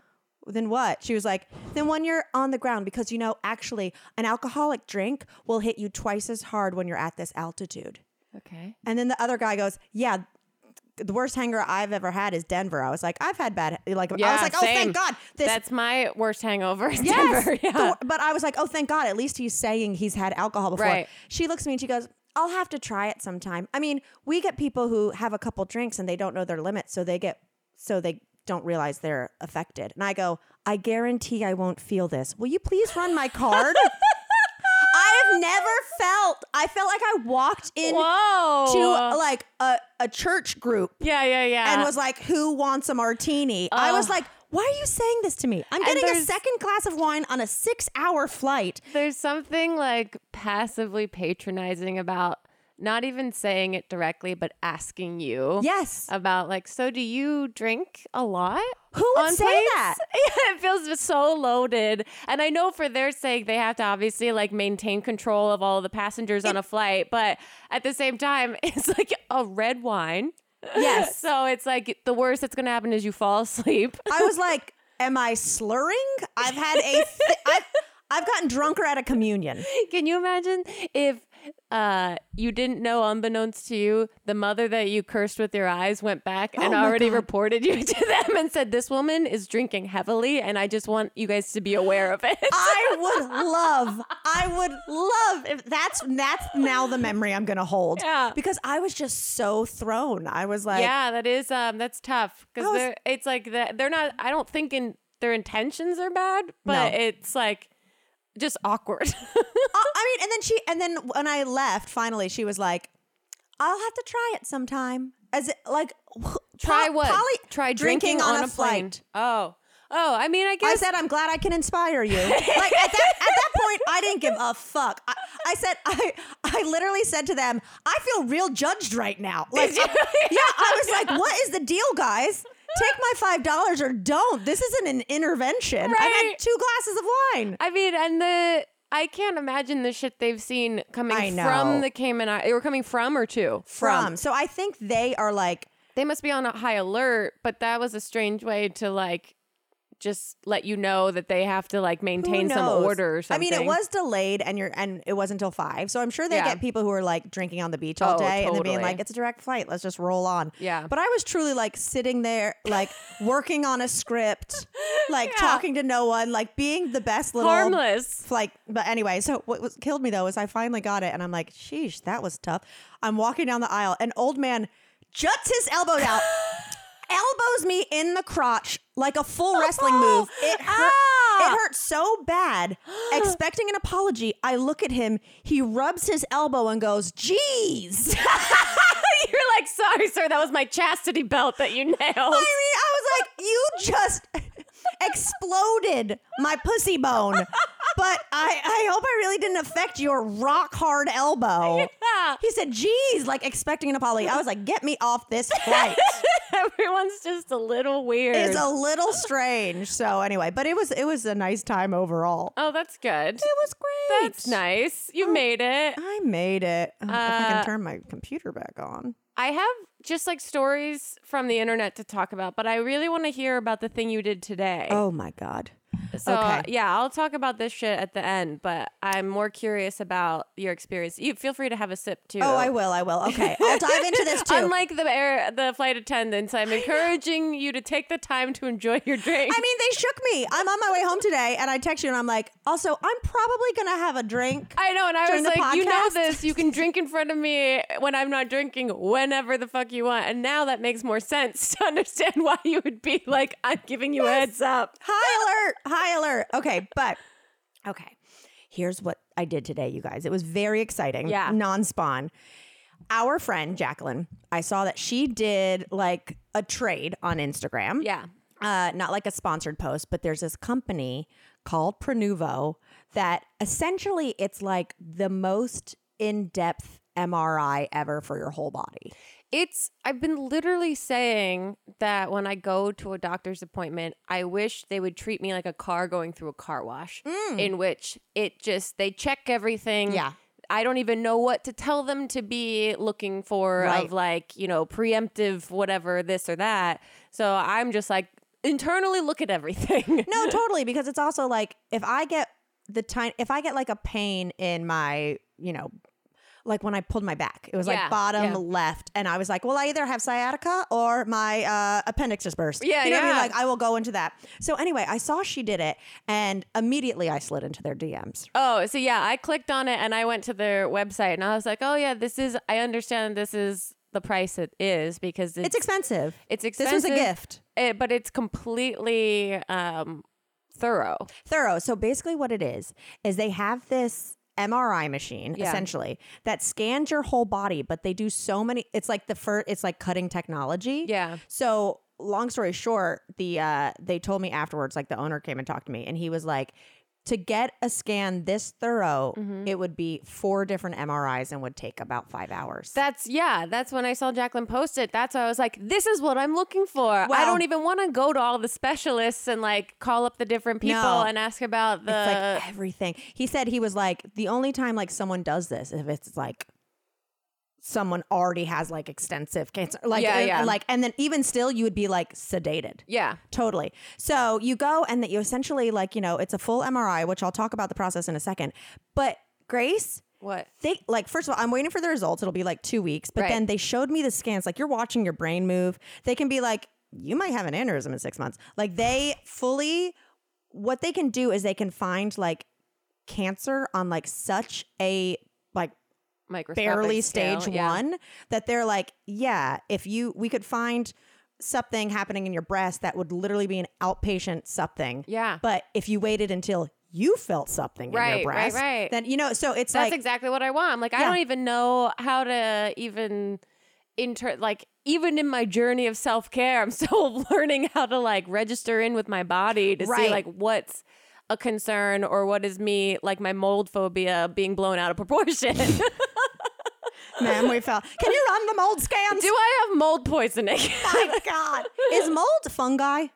[SPEAKER 2] then what? She was like, then when you're on the ground, because you know, actually, an alcoholic drink will hit you twice as hard when you're at this altitude.
[SPEAKER 1] okay.
[SPEAKER 2] And then the other guy goes, yeah. The worst hangover I've ever had is Denver. I was like, I've had bad, like, I was like, oh,
[SPEAKER 1] same.
[SPEAKER 2] thank God. This
[SPEAKER 1] That's my worst hangover. is
[SPEAKER 2] Yes.
[SPEAKER 1] Denver.
[SPEAKER 2] The
[SPEAKER 1] Yeah.
[SPEAKER 2] wor- but I was like, oh, thank God. At least he's saying he's had alcohol before.
[SPEAKER 1] Right.
[SPEAKER 2] She looks at me and she goes, I'll have to try it sometime. I mean, we get people who have a couple drinks and they don't know their limits. So they get, so they don't realize they're affected. And I go, I guarantee I won't feel this. Will you please run my card? I have never felt, I felt like I walked into
[SPEAKER 1] Whoa.
[SPEAKER 2] uh, like a, a church group
[SPEAKER 1] yeah, yeah, Oh, uh, yeah.
[SPEAKER 2] and was like, "Who wants a martini?" I was like, "Why are you saying this to me? I'm getting a
[SPEAKER 1] there's-
[SPEAKER 2] second glass of wine on a six-hour flight."
[SPEAKER 1] There's something like passively patronizing about not even saying it directly, but asking you.
[SPEAKER 2] Yes,
[SPEAKER 1] About like, so do you drink a lot?
[SPEAKER 2] Who would
[SPEAKER 1] on
[SPEAKER 2] say
[SPEAKER 1] planes?"
[SPEAKER 2] that?
[SPEAKER 1] Yeah, it feels just so loaded. And I know for their sake, they have to obviously like maintain control of all the passengers on a flight, but at the same time, it's like a red wine.
[SPEAKER 2] Yes.
[SPEAKER 1] so it's like the worst that's going to happen is you fall asleep.
[SPEAKER 2] I was like, "Am I slurring? I've had a, th- I've, I've gotten drunker at a communion."
[SPEAKER 1] Can you imagine if uh, you didn't know, unbeknownst to you, the mother that you cursed with your eyes went back and already reported you to them and said, This woman is drinking heavily, and I just want you guys to be aware of it.
[SPEAKER 2] I would love, I would love if that's that's now the memory I'm gonna hold.
[SPEAKER 1] Yeah.
[SPEAKER 2] Because I was just so thrown. I was like,
[SPEAKER 1] yeah, that is um, that's tough
[SPEAKER 2] I
[SPEAKER 1] because
[SPEAKER 2] was-
[SPEAKER 1] they're it's like that they're not. I don't think in their intentions are bad, but
[SPEAKER 2] No.
[SPEAKER 1] it's like just awkward.
[SPEAKER 2] I- I mean, and then she, and then when I left, finally, she was like, "I'll have to try it sometime." As it, like, wh-
[SPEAKER 1] Try
[SPEAKER 2] po-
[SPEAKER 1] what?
[SPEAKER 2] poly-
[SPEAKER 1] Try drinking, on, a, plane.
[SPEAKER 2] flight.
[SPEAKER 1] Oh, oh, I mean, I
[SPEAKER 2] I
[SPEAKER 1] guess
[SPEAKER 2] said, "I'm glad I can inspire you." like at that, at that point, I didn't give a fuck. I, I said, I, I literally said to them, "I feel real judged right now." Like, yeah, I was like, "What is the deal, guys?" Take my five dollars or don't. This isn't an intervention. I had
[SPEAKER 1] Right.
[SPEAKER 2] two glasses of wine.
[SPEAKER 1] I mean, and the I can't imagine the shit they've seen
[SPEAKER 2] I
[SPEAKER 1] coming
[SPEAKER 2] know.
[SPEAKER 1] from the Cayman Islands. They were coming from or to
[SPEAKER 2] From so I think they are like
[SPEAKER 1] They must be on a high alert, but that was a strange way to like just let you know that they have to like
[SPEAKER 2] Who
[SPEAKER 1] maintain some
[SPEAKER 2] knows?
[SPEAKER 1] order or something.
[SPEAKER 2] I mean, it was delayed, and you're and it wasn't until five. So I'm sure they
[SPEAKER 1] Yeah.
[SPEAKER 2] get people who are like drinking on the beach all
[SPEAKER 1] Oh,
[SPEAKER 2] day and then being
[SPEAKER 1] totally.
[SPEAKER 2] like, "It's a direct flight. Let's just roll on."
[SPEAKER 1] Yeah.
[SPEAKER 2] But I was truly like sitting there, like working on a script, like talking to no one, like being the best little
[SPEAKER 1] harmless.
[SPEAKER 2] like but anyway so what was killed me though is i finally got it and i'm like sheesh that was tough i'm walking down the aisle an old man juts his elbow out elbows me in the crotch like a full wrestling move it hurt
[SPEAKER 1] Ah!
[SPEAKER 2] it hurt so bad expecting an apology i look at him he rubs his elbow and goes jeez
[SPEAKER 1] You're like, sorry, sir, that was my chastity belt that you nailed.
[SPEAKER 2] I mean, I was like, you just exploded my pussy bone. But I, I hope I really didn't affect your rock hard elbow.
[SPEAKER 1] Yeah.
[SPEAKER 2] He said, geez, like expecting an apology. I was like, get me off this flight.
[SPEAKER 1] Everyone's just a little weird.
[SPEAKER 2] it's a little strange. So anyway, but it was it was a nice time overall.
[SPEAKER 1] oh, that's good.
[SPEAKER 2] It was great.
[SPEAKER 1] That's nice.
[SPEAKER 2] Oh.
[SPEAKER 1] You made it.
[SPEAKER 2] I made it. Oh, if I
[SPEAKER 1] Uh,
[SPEAKER 2] can turn my computer back on.
[SPEAKER 1] I have just like stories from the internet to talk about, but I really want to hear about the thing you did today.
[SPEAKER 2] Oh my God.
[SPEAKER 1] so
[SPEAKER 2] okay.
[SPEAKER 1] uh, yeah, I'll talk about this shit at the end, but I'm more curious about your experience. You feel free to have a sip too.
[SPEAKER 2] Oh, I will. I will. Okay. I'll dive into this too.
[SPEAKER 1] Unlike the air, the flight attendants, I'm encouraging you to take the time to enjoy your drink.
[SPEAKER 2] I mean, they shook me. I'm on my way home today, and I text you, and I'm like, also, I'm probably gonna have a drink.
[SPEAKER 1] I know, and I was
[SPEAKER 2] During the
[SPEAKER 1] like, you know
[SPEAKER 2] podcast?
[SPEAKER 1] this. You can drink in front of me when I'm not drinking, whenever the fuck you want. And now that makes more sense to understand why you would be like, I'm giving you a heads up.
[SPEAKER 2] High alert! High alert! Okay, but okay. Here's what I did today, you guys. It was very exciting.
[SPEAKER 1] Yeah.
[SPEAKER 2] Non-spawn. Our friend Jacqueline, I saw that she did like a trade on Instagram.
[SPEAKER 1] Yeah.
[SPEAKER 2] uh, not like a sponsored post, but there's this company called Pronuvo that essentially it's like the most in depth MRI ever for your whole body.
[SPEAKER 1] It's I've been literally saying that when I go to a doctor's appointment, I wish they would treat me like a car going through a car wash in which it just they check everything.
[SPEAKER 2] Mm. Yeah.
[SPEAKER 1] I don't even know what to tell them to be looking for
[SPEAKER 2] Right.
[SPEAKER 1] of like, you know, preemptive whatever this or that. So I'm just like internally look at everything.
[SPEAKER 2] No, totally, because it's also like if I get the time, if I get like a pain in my, you know, like when I pulled my back, it was
[SPEAKER 1] Yeah,
[SPEAKER 2] like bottom
[SPEAKER 1] yeah.
[SPEAKER 2] left, and I was like, well, I either have sciatica or my uh, appendix just burst.
[SPEAKER 1] Yeah,
[SPEAKER 2] you know what I
[SPEAKER 1] yeah.
[SPEAKER 2] mean. Like I will go into that. So anyway, I saw she did it, and immediately I slid into their DMs.
[SPEAKER 1] Oh, so yeah, I clicked on it and I went to their website and I was like, "Oh yeah, this is I understand this is the price it is because
[SPEAKER 2] It's expensive.
[SPEAKER 1] It's
[SPEAKER 2] This
[SPEAKER 1] expensive.
[SPEAKER 2] was a gift.
[SPEAKER 1] It, Eh, but it's completely um, thorough.
[SPEAKER 2] Thorough. So basically, what it is is they have this MRI machine
[SPEAKER 1] Yeah.
[SPEAKER 2] essentially that scans your whole body, but they do so many. It's like the first. It's like cutting technology.
[SPEAKER 1] Yeah.
[SPEAKER 2] So long story short, the uh, they told me afterwards, like the owner came and talked to me, and he was like. To get a scan this thorough,
[SPEAKER 1] Mm-hmm.
[SPEAKER 2] it would be four different MRIs and would take about five hours.
[SPEAKER 1] That's yeah. That's when I saw Jacqueline post it. That's why I was like, this is what I'm looking for. I
[SPEAKER 2] Well-
[SPEAKER 1] don't even want to go to all the specialists and like call up the different people
[SPEAKER 2] No.
[SPEAKER 1] and ask about
[SPEAKER 2] It's
[SPEAKER 1] the.
[SPEAKER 2] like everything. He said he was like the only time like someone does this if it's like someone already has like extensive cancer, like
[SPEAKER 1] Yeah,
[SPEAKER 2] uh,
[SPEAKER 1] yeah.
[SPEAKER 2] like, and then even still you would be like sedated.
[SPEAKER 1] yeah.
[SPEAKER 2] Totally. So you go and that you essentially like you know it's a full MRI, which I'll talk about the process in a second. But Grace,
[SPEAKER 1] What?
[SPEAKER 2] They like first of all, I'm waiting for the results. It'll be like two weeks, but
[SPEAKER 1] Right.
[SPEAKER 2] then they showed me the scans. Like you're watching your brain move. They can be like, you might have an aneurysm in six months. Like they fully, what they can do is they can find like cancer on like such a like
[SPEAKER 1] Microscopic
[SPEAKER 2] barely
[SPEAKER 1] scale,
[SPEAKER 2] stage
[SPEAKER 1] yeah.
[SPEAKER 2] one that they're like, yeah, if you we could find something happening in your breast that would literally be an outpatient something.
[SPEAKER 1] Yeah.
[SPEAKER 2] But if you waited until you felt something in
[SPEAKER 1] Right,
[SPEAKER 2] your
[SPEAKER 1] right,
[SPEAKER 2] breast,
[SPEAKER 1] right.
[SPEAKER 2] then you know, so it's
[SPEAKER 1] That's
[SPEAKER 2] like
[SPEAKER 1] exactly what I want. I'm like, I
[SPEAKER 2] Yeah.
[SPEAKER 1] don't even know how to even inter like even in my journey of self care, I'm still learning how to like register in with my body to see
[SPEAKER 2] Right.
[SPEAKER 1] like what's a concern or what is me like my mold phobia being blown out of proportion. Do
[SPEAKER 2] ma'am, we felt can you run the mold scans?
[SPEAKER 1] I have mold poisoning?
[SPEAKER 2] my God. Is mold fungi?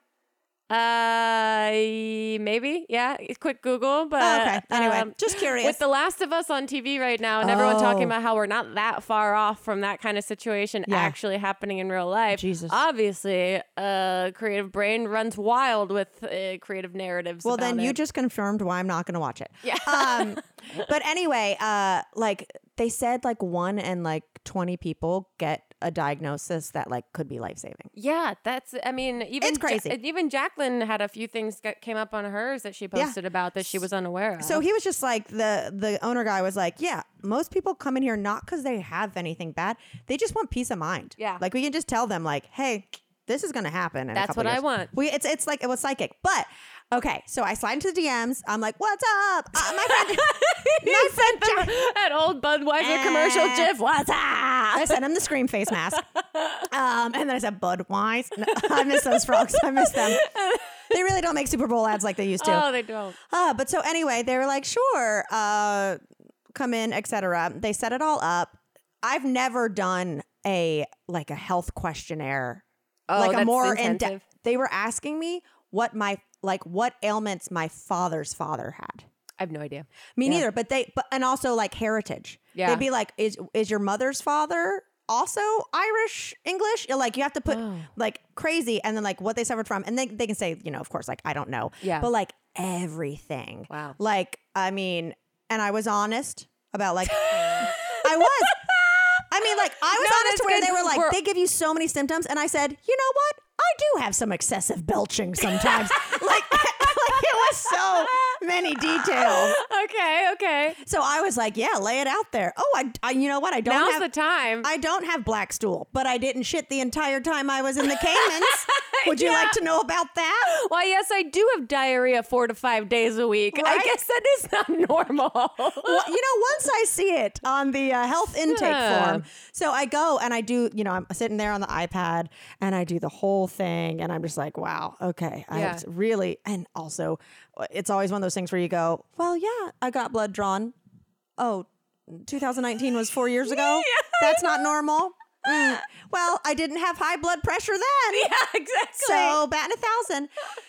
[SPEAKER 1] Uh, maybe. Yeah. Quick Google, but
[SPEAKER 2] Oh, okay. Anyway,
[SPEAKER 1] um,
[SPEAKER 2] just curious.
[SPEAKER 1] With The Last of Us on TV right now, and everyone talking
[SPEAKER 2] Oh.
[SPEAKER 1] about how we're not that far off from that kind of situation
[SPEAKER 2] Yeah.
[SPEAKER 1] actually happening in real life.
[SPEAKER 2] Jesus.
[SPEAKER 1] Obviously, uh, creative brain runs wild with uh, creative narratives.
[SPEAKER 2] Well,
[SPEAKER 1] about
[SPEAKER 2] then you
[SPEAKER 1] it.
[SPEAKER 2] just confirmed why I'm not going to watch it. Yeah. Um, but anyway, uh, like they said, like one in like 20 people get a diagnosis that like could be life saving.
[SPEAKER 1] Yeah, that's. I mean, even
[SPEAKER 2] It's crazy.
[SPEAKER 1] Ja- uh, even Jacqueline had a few things that came up on hers that she posted about that she was unaware of.
[SPEAKER 2] So he was just like the the owner guy was like, yeah, most people come in here not because they have anything bad, they just want peace of mind.
[SPEAKER 1] Yeah.
[SPEAKER 2] like we can just tell them like, hey, this is gonna happen. in a
[SPEAKER 1] That's
[SPEAKER 2] couple
[SPEAKER 1] what I
[SPEAKER 2] years."
[SPEAKER 1] want.
[SPEAKER 2] We it's it's like it was psychic, but okay. So I slide into the DMs. I'm like, what's up? Uh, my friend, my friend Jack-
[SPEAKER 1] that old Budweiser commercial
[SPEAKER 2] Eh.
[SPEAKER 1] gif. What's up?
[SPEAKER 2] I sent him the scream face mask. Um, and then I said Budweiser. No, I miss those frogs. I miss them. They really don't make Super Bowl ads like they used to.
[SPEAKER 1] Oh, they don't.
[SPEAKER 2] Uh, but so anyway, they were like, sure, uh, come in, etc. They set it all up. I've never done a like a health questionnaire,
[SPEAKER 1] Oh,
[SPEAKER 2] like a
[SPEAKER 1] that's
[SPEAKER 2] more
[SPEAKER 1] intensive.
[SPEAKER 2] depth. They were asking me what my like what ailments my father's father had.
[SPEAKER 1] I have no idea.
[SPEAKER 2] Me neither. But they but and also like heritage.
[SPEAKER 1] Yeah.
[SPEAKER 2] They'd be like, is is your mother's father also Irish English? You're like you have to put
[SPEAKER 1] Oh.
[SPEAKER 2] like crazy and then like what they suffered from. And they they can say, you know, of course, like I don't know.
[SPEAKER 1] Yeah.
[SPEAKER 2] But like everything.
[SPEAKER 1] Wow.
[SPEAKER 2] Like, I mean, and I was honest about like I was. I mean, like I was
[SPEAKER 1] No,
[SPEAKER 2] honest
[SPEAKER 1] that's
[SPEAKER 2] to where
[SPEAKER 1] good.
[SPEAKER 2] they were like,
[SPEAKER 1] We're-
[SPEAKER 2] they give you so many symptoms, and I said, you know what? I do have some excessive belching sometimes. like, like it was so many details.
[SPEAKER 1] Okay, okay.
[SPEAKER 2] So I was like, yeah, lay it out there. Oh, I, I you know what? I don't
[SPEAKER 1] Now's
[SPEAKER 2] have
[SPEAKER 1] the time.
[SPEAKER 2] I don't have black stool, but I didn't shit the entire time I was in the Caymans. Would you like to know about that?
[SPEAKER 1] Why, yes, I do have diarrhea four to five days a week. I
[SPEAKER 2] Right?
[SPEAKER 1] guess that is not normal.
[SPEAKER 2] Well, you know, once I see it on the uh, health intake
[SPEAKER 1] Yeah.
[SPEAKER 2] form, so I go and I do. You know, I'm sitting there on the iPad and I do the whole thing, and I'm just like, wow, okay, I
[SPEAKER 1] Yeah.
[SPEAKER 2] it's really. And also, it's always one of those things where you go, well, yeah, I got blood drawn. Oh, 2019 was four years ago. That's not normal. Mm. Well, I didn't have high blood pressure then.
[SPEAKER 1] exactly.
[SPEAKER 2] So batting a thousand.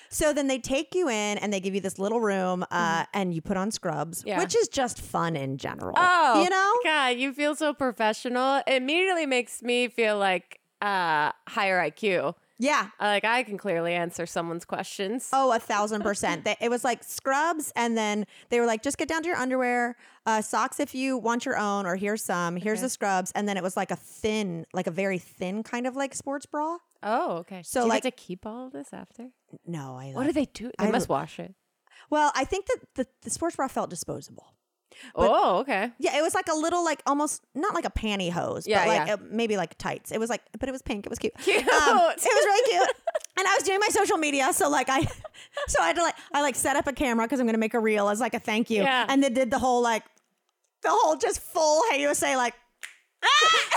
[SPEAKER 2] So then they take you in and they give you this little room uh, and you put on scrubs,
[SPEAKER 1] Mm-hmm. Yeah.
[SPEAKER 2] which is just fun in general.
[SPEAKER 1] oh,
[SPEAKER 2] you know?
[SPEAKER 1] God, you feel so professional. It immediately makes me feel like uh, higher IQ.
[SPEAKER 2] Yeah.
[SPEAKER 1] Uh, Like I can clearly answer someone's questions.
[SPEAKER 2] Oh, a thousand percent. They, it was like scrubs, and then they were like, just get down to your underwear, uh, socks if you want your own, or here's some, here's the scrubs, and then it was like a thin, like a very thin kind of like sports bra.
[SPEAKER 1] Oh, okay.
[SPEAKER 2] So,
[SPEAKER 1] do you
[SPEAKER 2] like-
[SPEAKER 1] get to keep all of this after?
[SPEAKER 2] No, I.
[SPEAKER 1] What do they do? They
[SPEAKER 2] I
[SPEAKER 1] must
[SPEAKER 2] don't-
[SPEAKER 1] wash it.
[SPEAKER 2] well, I think that the, the sports bra felt disposable.
[SPEAKER 1] oh, okay.
[SPEAKER 2] Yeah, it was like a little, like almost not like a pantyhose,
[SPEAKER 1] Yeah,
[SPEAKER 2] but like
[SPEAKER 1] yeah.
[SPEAKER 2] uh, maybe like tights. It was like, but it was pink. It was cute. Um,
[SPEAKER 1] Cute.
[SPEAKER 2] it was really cute. And I was doing my social media, so like I, so I had to like I like set up a camera because I'm gonna make a reel as like a thank you,
[SPEAKER 1] Yeah.
[SPEAKER 2] and then did the whole like, the whole just full hey USA like.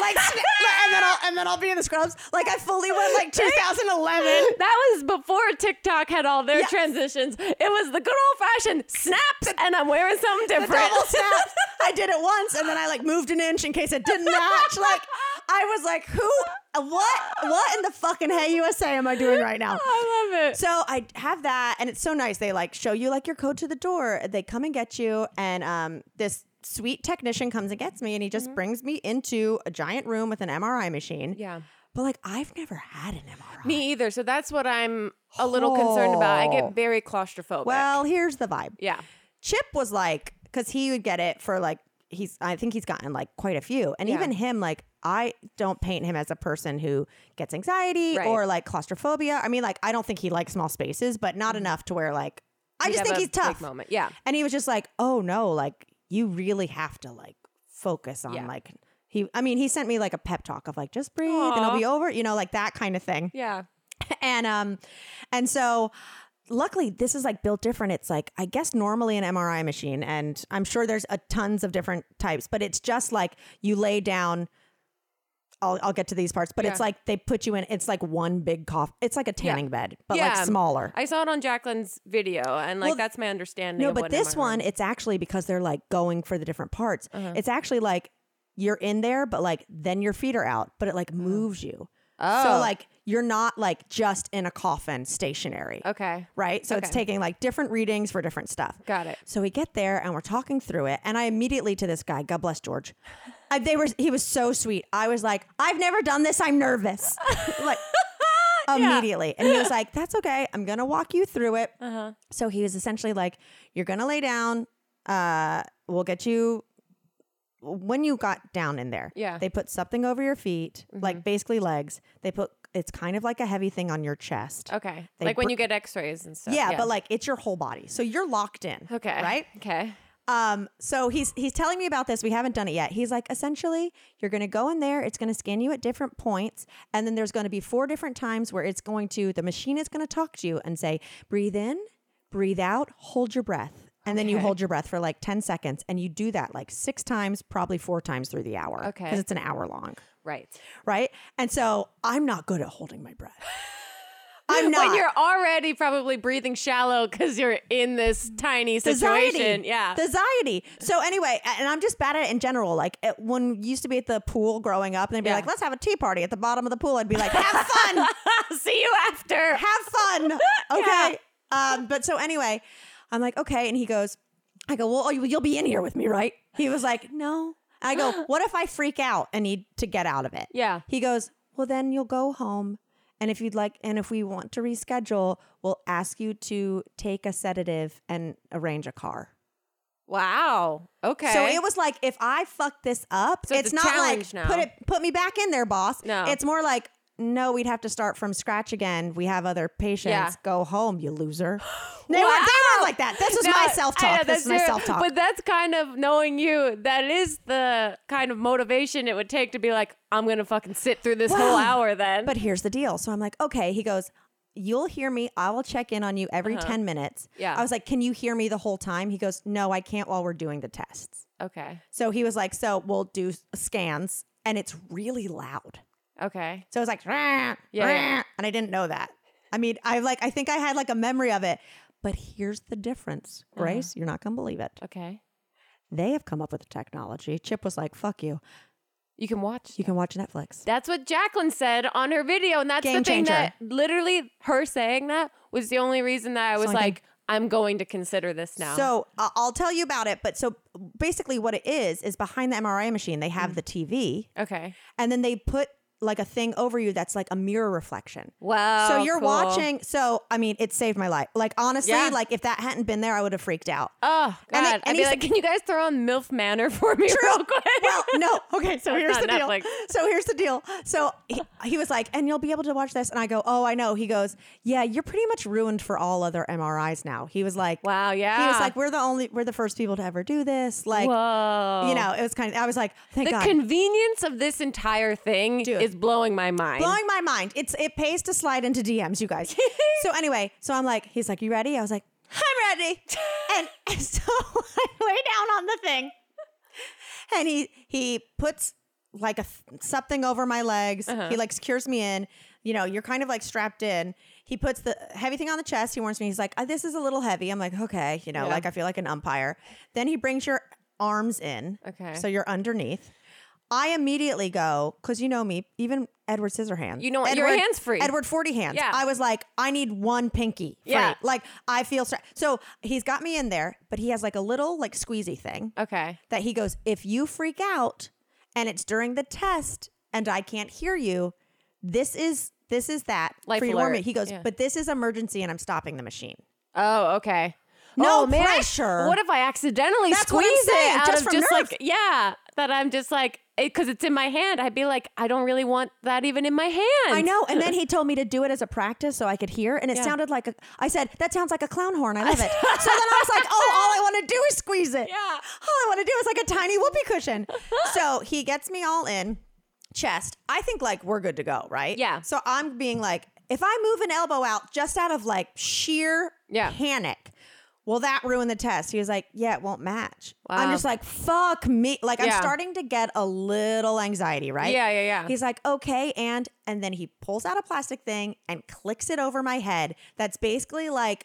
[SPEAKER 2] like sna- and then I'll and then I'll be in the scrubs. Like I fully went like 2011.
[SPEAKER 1] That was before TikTok had all their transitions. It was the good old fashioned snaps, and I'm wearing something
[SPEAKER 2] the
[SPEAKER 1] different.
[SPEAKER 2] double snaps. I did it once and then I like moved an inch in case it didn't match. Like I was like, who uh, what what in the fucking hey USA am I doing right now?
[SPEAKER 1] I love it.
[SPEAKER 2] So I have that and it's so nice. They like show you like your code to the door. They come and get you and um this sweet technician comes and gets me and he just
[SPEAKER 1] Mm-hmm.
[SPEAKER 2] brings me into a giant room with an MRI machine.
[SPEAKER 1] Yeah.
[SPEAKER 2] But like I've never had an MRI.
[SPEAKER 1] Me either. So that's what I'm a little concerned about. I
[SPEAKER 2] Oh.
[SPEAKER 1] get very claustrophobic.
[SPEAKER 2] well, here's the vibe.
[SPEAKER 1] yeah.
[SPEAKER 2] Chip was like, because he would get it for like he's I think he's gotten like quite a few. And even him, like I don't paint him as a person who gets anxiety
[SPEAKER 1] Right.
[SPEAKER 2] or like claustrophobia. I mean, like I don't think he likes small spaces, but not enough to where like
[SPEAKER 1] Mm-hmm.
[SPEAKER 2] I
[SPEAKER 1] He'd
[SPEAKER 2] just
[SPEAKER 1] have
[SPEAKER 2] think
[SPEAKER 1] a
[SPEAKER 2] he's tough.
[SPEAKER 1] big moment. Yeah.
[SPEAKER 2] And he was just like, "Oh no, like you really have to like focus on
[SPEAKER 1] Yeah.
[SPEAKER 2] like he I mean, he sent me like a pep talk of like just breathe and it'll be over, you know, like that kind of thing
[SPEAKER 1] Yeah.
[SPEAKER 2] and um and so luckily this is like built different it's like i guess normally an mri machine and i'm sure there's a tons of different types but it's just like you lay down I'll, I'll get to these parts, but it's
[SPEAKER 1] Yeah.
[SPEAKER 2] like they put you in. It's like one big cough. It's like a tanning bed, but
[SPEAKER 1] Yeah.
[SPEAKER 2] like smaller.
[SPEAKER 1] I saw it on Jacqueline's video, and like
[SPEAKER 2] Well,
[SPEAKER 1] that's my Uh-huh. understanding.
[SPEAKER 2] No,
[SPEAKER 1] of
[SPEAKER 2] but
[SPEAKER 1] what
[SPEAKER 2] this
[SPEAKER 1] MRI
[SPEAKER 2] one, it's actually because they're like going for the different parts. It's actually like you're in there, but like then your feet are out, but it like moves you. So
[SPEAKER 1] Uh-huh. Oh.
[SPEAKER 2] like you're not like just in a coffin stationary.
[SPEAKER 1] Okay.
[SPEAKER 2] Right. So it's
[SPEAKER 1] Okay.
[SPEAKER 2] taking like different readings for different stuff.
[SPEAKER 1] Got it.
[SPEAKER 2] So we get there and we're talking through it. And I immediately to this guy, God bless George. I, they were he was so sweet. I was like, I've never done this. I'm nervous. like immediately. And he was like, That's okay. I'm gonna walk you through it.
[SPEAKER 1] Uh-huh.
[SPEAKER 2] So he was essentially like, You're gonna lay down, uh, we'll get you when you got down in there,
[SPEAKER 1] Yeah. Mm-hmm.
[SPEAKER 2] they put something over your feet, like basically legs. They put it's kind of like a heavy thing on your chest.
[SPEAKER 1] Okay.
[SPEAKER 2] They
[SPEAKER 1] like when
[SPEAKER 2] br-
[SPEAKER 1] you get X-rays and stuff.
[SPEAKER 2] Yeah, but like it's your whole body. So you're locked in.
[SPEAKER 1] okay.
[SPEAKER 2] Right?
[SPEAKER 1] Okay.
[SPEAKER 2] Um, so he's he's telling me about this. We haven't done it yet. He's like, essentially, you're gonna go in there, it's gonna scan you at different points, and then there's gonna be four different times where it's going to the machine is gonna talk to you and say, breathe in, breathe out, hold your breath. And then you hold your breath for like 10 seconds and you do that like six times, probably four times through the hour.
[SPEAKER 1] Okay.
[SPEAKER 2] Because it's an hour long.
[SPEAKER 1] Right.
[SPEAKER 2] Right. And so I'm not good at holding my breath. I'm not.
[SPEAKER 1] When you're already probably breathing shallow because you're in this tiny
[SPEAKER 2] The
[SPEAKER 1] situation.
[SPEAKER 2] anxiety.
[SPEAKER 1] Yeah.
[SPEAKER 2] The anxiety. So anyway, a- and I'm just bad at it in general. Like it, when we used to be at the pool growing up, and they'd be
[SPEAKER 1] Yeah.
[SPEAKER 2] like, "Let's have a tea party at the bottom of the pool." I'd be like, "Have fun,
[SPEAKER 1] See you after.
[SPEAKER 2] have fun." Okay. Um, but so anyway, I'm like, "Okay," and he goes, "I go, well, you- you'll be in here with me, right?" He was like, "No." I go, "What if I freak out and need to get out of it?"
[SPEAKER 1] Yeah.
[SPEAKER 2] He goes, Well, then you'll go home. And if you'd like, and if we want to reschedule, we'll ask you to take a sedative and arrange a car.
[SPEAKER 1] Wow. Okay.
[SPEAKER 2] So it was like, if I fuck this up,
[SPEAKER 1] So it's
[SPEAKER 2] it's,
[SPEAKER 1] a
[SPEAKER 2] not like
[SPEAKER 1] challenge now.
[SPEAKER 2] put it, put me back in there, boss.
[SPEAKER 1] No.
[SPEAKER 2] it's more like, no, we'd have to start from scratch again. We have other patients.
[SPEAKER 1] Yeah.
[SPEAKER 2] Go home, you loser. They, were, they were
[SPEAKER 1] Wow.
[SPEAKER 2] like that. This was
[SPEAKER 1] No,
[SPEAKER 2] my
[SPEAKER 1] I
[SPEAKER 2] self
[SPEAKER 1] know,
[SPEAKER 2] talk. This
[SPEAKER 1] that's
[SPEAKER 2] is my
[SPEAKER 1] your-
[SPEAKER 2] self talk.
[SPEAKER 1] But that's kind of knowing you. That is the kind of motivation it would take to be like, I'm gonna fucking sit through this whole
[SPEAKER 2] Well,
[SPEAKER 1] hour. Then.
[SPEAKER 2] But here's the deal. So I'm like, okay. He goes, you'll hear me. I will check in on you every 10 minutes.
[SPEAKER 1] Uh-huh. Yeah.
[SPEAKER 2] I was like, can you hear me the whole time? He goes, no, I can't while we're doing the tests.
[SPEAKER 1] okay.
[SPEAKER 2] So he was like, so we'll do s- scans and it's really loud.
[SPEAKER 1] Okay.
[SPEAKER 2] So it was like, yeah,
[SPEAKER 1] Yeah, yeah.
[SPEAKER 2] and I didn't know that. I mean, I like, I think I had like a memory of it. But here's the difference,
[SPEAKER 1] Uh-huh.
[SPEAKER 2] Grace. You're not gonna believe it.
[SPEAKER 1] Okay.
[SPEAKER 2] They have come up with the technology. Chip was like, "Fuck you.
[SPEAKER 1] You can watch.
[SPEAKER 2] You can watch Netflix."
[SPEAKER 1] That's what Jacqueline said on her video, and that's the
[SPEAKER 2] Game
[SPEAKER 1] thing
[SPEAKER 2] changer.
[SPEAKER 1] that literally her saying that was the only reason that I was
[SPEAKER 2] only thing.
[SPEAKER 1] like, I'm going to consider this now.
[SPEAKER 2] So uh, I'll tell you about it. But so basically, what it is is behind the MRI machine, they
[SPEAKER 1] Mm.
[SPEAKER 2] have the TV,
[SPEAKER 1] okay.
[SPEAKER 2] and then they put like a thing over you that's like a mirror reflection.
[SPEAKER 1] Wow.
[SPEAKER 2] so you're
[SPEAKER 1] cool.
[SPEAKER 2] watching. So I mean, it saved my life. Like honestly,
[SPEAKER 1] Yeah.
[SPEAKER 2] like if that hadn't been there, I would have freaked out.
[SPEAKER 1] Oh God!
[SPEAKER 2] And they- and
[SPEAKER 1] I'd be
[SPEAKER 2] he's-
[SPEAKER 1] like, can you guys throw on MILF Manor for me real quick?
[SPEAKER 2] well, no. Okay, so
[SPEAKER 1] That's
[SPEAKER 2] here's
[SPEAKER 1] not
[SPEAKER 2] the deal.
[SPEAKER 1] Netflix.
[SPEAKER 2] So here's the deal. So he, he was like, and you'll be able to watch this. And I go, oh, I know. He goes, yeah, you're pretty much ruined for all other MRIs now. He was like,
[SPEAKER 1] Wow,
[SPEAKER 2] He
[SPEAKER 1] yeah.
[SPEAKER 2] was like, we're the only, we're the first people to ever do this. Like,
[SPEAKER 1] Whoa.
[SPEAKER 2] you know, it was kind of. I was like, thank
[SPEAKER 1] the
[SPEAKER 2] God.
[SPEAKER 1] convenience of this entire thing
[SPEAKER 2] Dude.
[SPEAKER 1] is blowing my mind.
[SPEAKER 2] Blowing my mind. It's it pays to slide into DMs, you guys. so anyway, so I'm like, he's like, you ready? I was like, I'm ready. and, and so I lay down on the thing, and he he puts like a th- something over my legs.
[SPEAKER 1] Uh-huh.
[SPEAKER 2] He like secures me in. You know, you're kind of like strapped in. He puts the heavy thing on the chest. He warns me. He's like, "Uh, "This is a little heavy." I'm like, "Okay," you know,
[SPEAKER 1] Yeah.
[SPEAKER 2] like I feel like an umpire. Then he brings your arms in.
[SPEAKER 1] Okay.
[SPEAKER 2] so you're underneath. I immediately go because you know me, even Edward Scissorhands.
[SPEAKER 1] You know what,
[SPEAKER 2] Edward,
[SPEAKER 1] your hand's free.
[SPEAKER 2] Edward Forty Hands.
[SPEAKER 1] Yeah.
[SPEAKER 2] I was like, I need one pinky. Free.
[SPEAKER 1] Yeah.
[SPEAKER 2] like I feel stra- so. He's got me in there, but he has like a little like squeezy thing
[SPEAKER 1] okay.
[SPEAKER 2] that he goes, if you freak out and it's during the test and I can't hear you, this is this is that
[SPEAKER 1] Life
[SPEAKER 2] free warning.
[SPEAKER 1] alert.
[SPEAKER 2] He goes,
[SPEAKER 1] Yeah.
[SPEAKER 2] but this is emergency and I'm stopping the machine.
[SPEAKER 1] Oh, okay.
[SPEAKER 2] No
[SPEAKER 1] oh, man,
[SPEAKER 2] pressure.
[SPEAKER 1] What if I accidentally
[SPEAKER 2] That's what
[SPEAKER 1] squeeze
[SPEAKER 2] I'm saying,
[SPEAKER 1] it out
[SPEAKER 2] just
[SPEAKER 1] of
[SPEAKER 2] from
[SPEAKER 1] just
[SPEAKER 2] nerve.
[SPEAKER 1] like yeah, that I'm just like because it's in my hand. I'd be like, I don't really want that even in my hand.
[SPEAKER 2] I know. And then he told me to do it as a practice so I could hear. And it sounded like a, I said, that sounds like a clown horn. I love it. so then I was like, oh, all I want to do is squeeze it.
[SPEAKER 1] Yeah.
[SPEAKER 2] All I want to do is like a tiny whoopee cushion. so he gets me all in chest. I think like we're good to go, right?
[SPEAKER 1] Yeah.
[SPEAKER 2] So I'm being like, if I move an elbow out just out of like sheer
[SPEAKER 1] Yeah.
[SPEAKER 2] panic, will that ruin the test? He was like, yeah, it won't match. I'm
[SPEAKER 1] Wow.
[SPEAKER 2] just like, fuck me. Like I'm
[SPEAKER 1] Yeah.
[SPEAKER 2] starting to get a little anxiety, right?
[SPEAKER 1] Yeah, yeah, yeah.
[SPEAKER 2] He's like, okay, and and then he pulls out a plastic thing and clicks it over my head. That's basically like,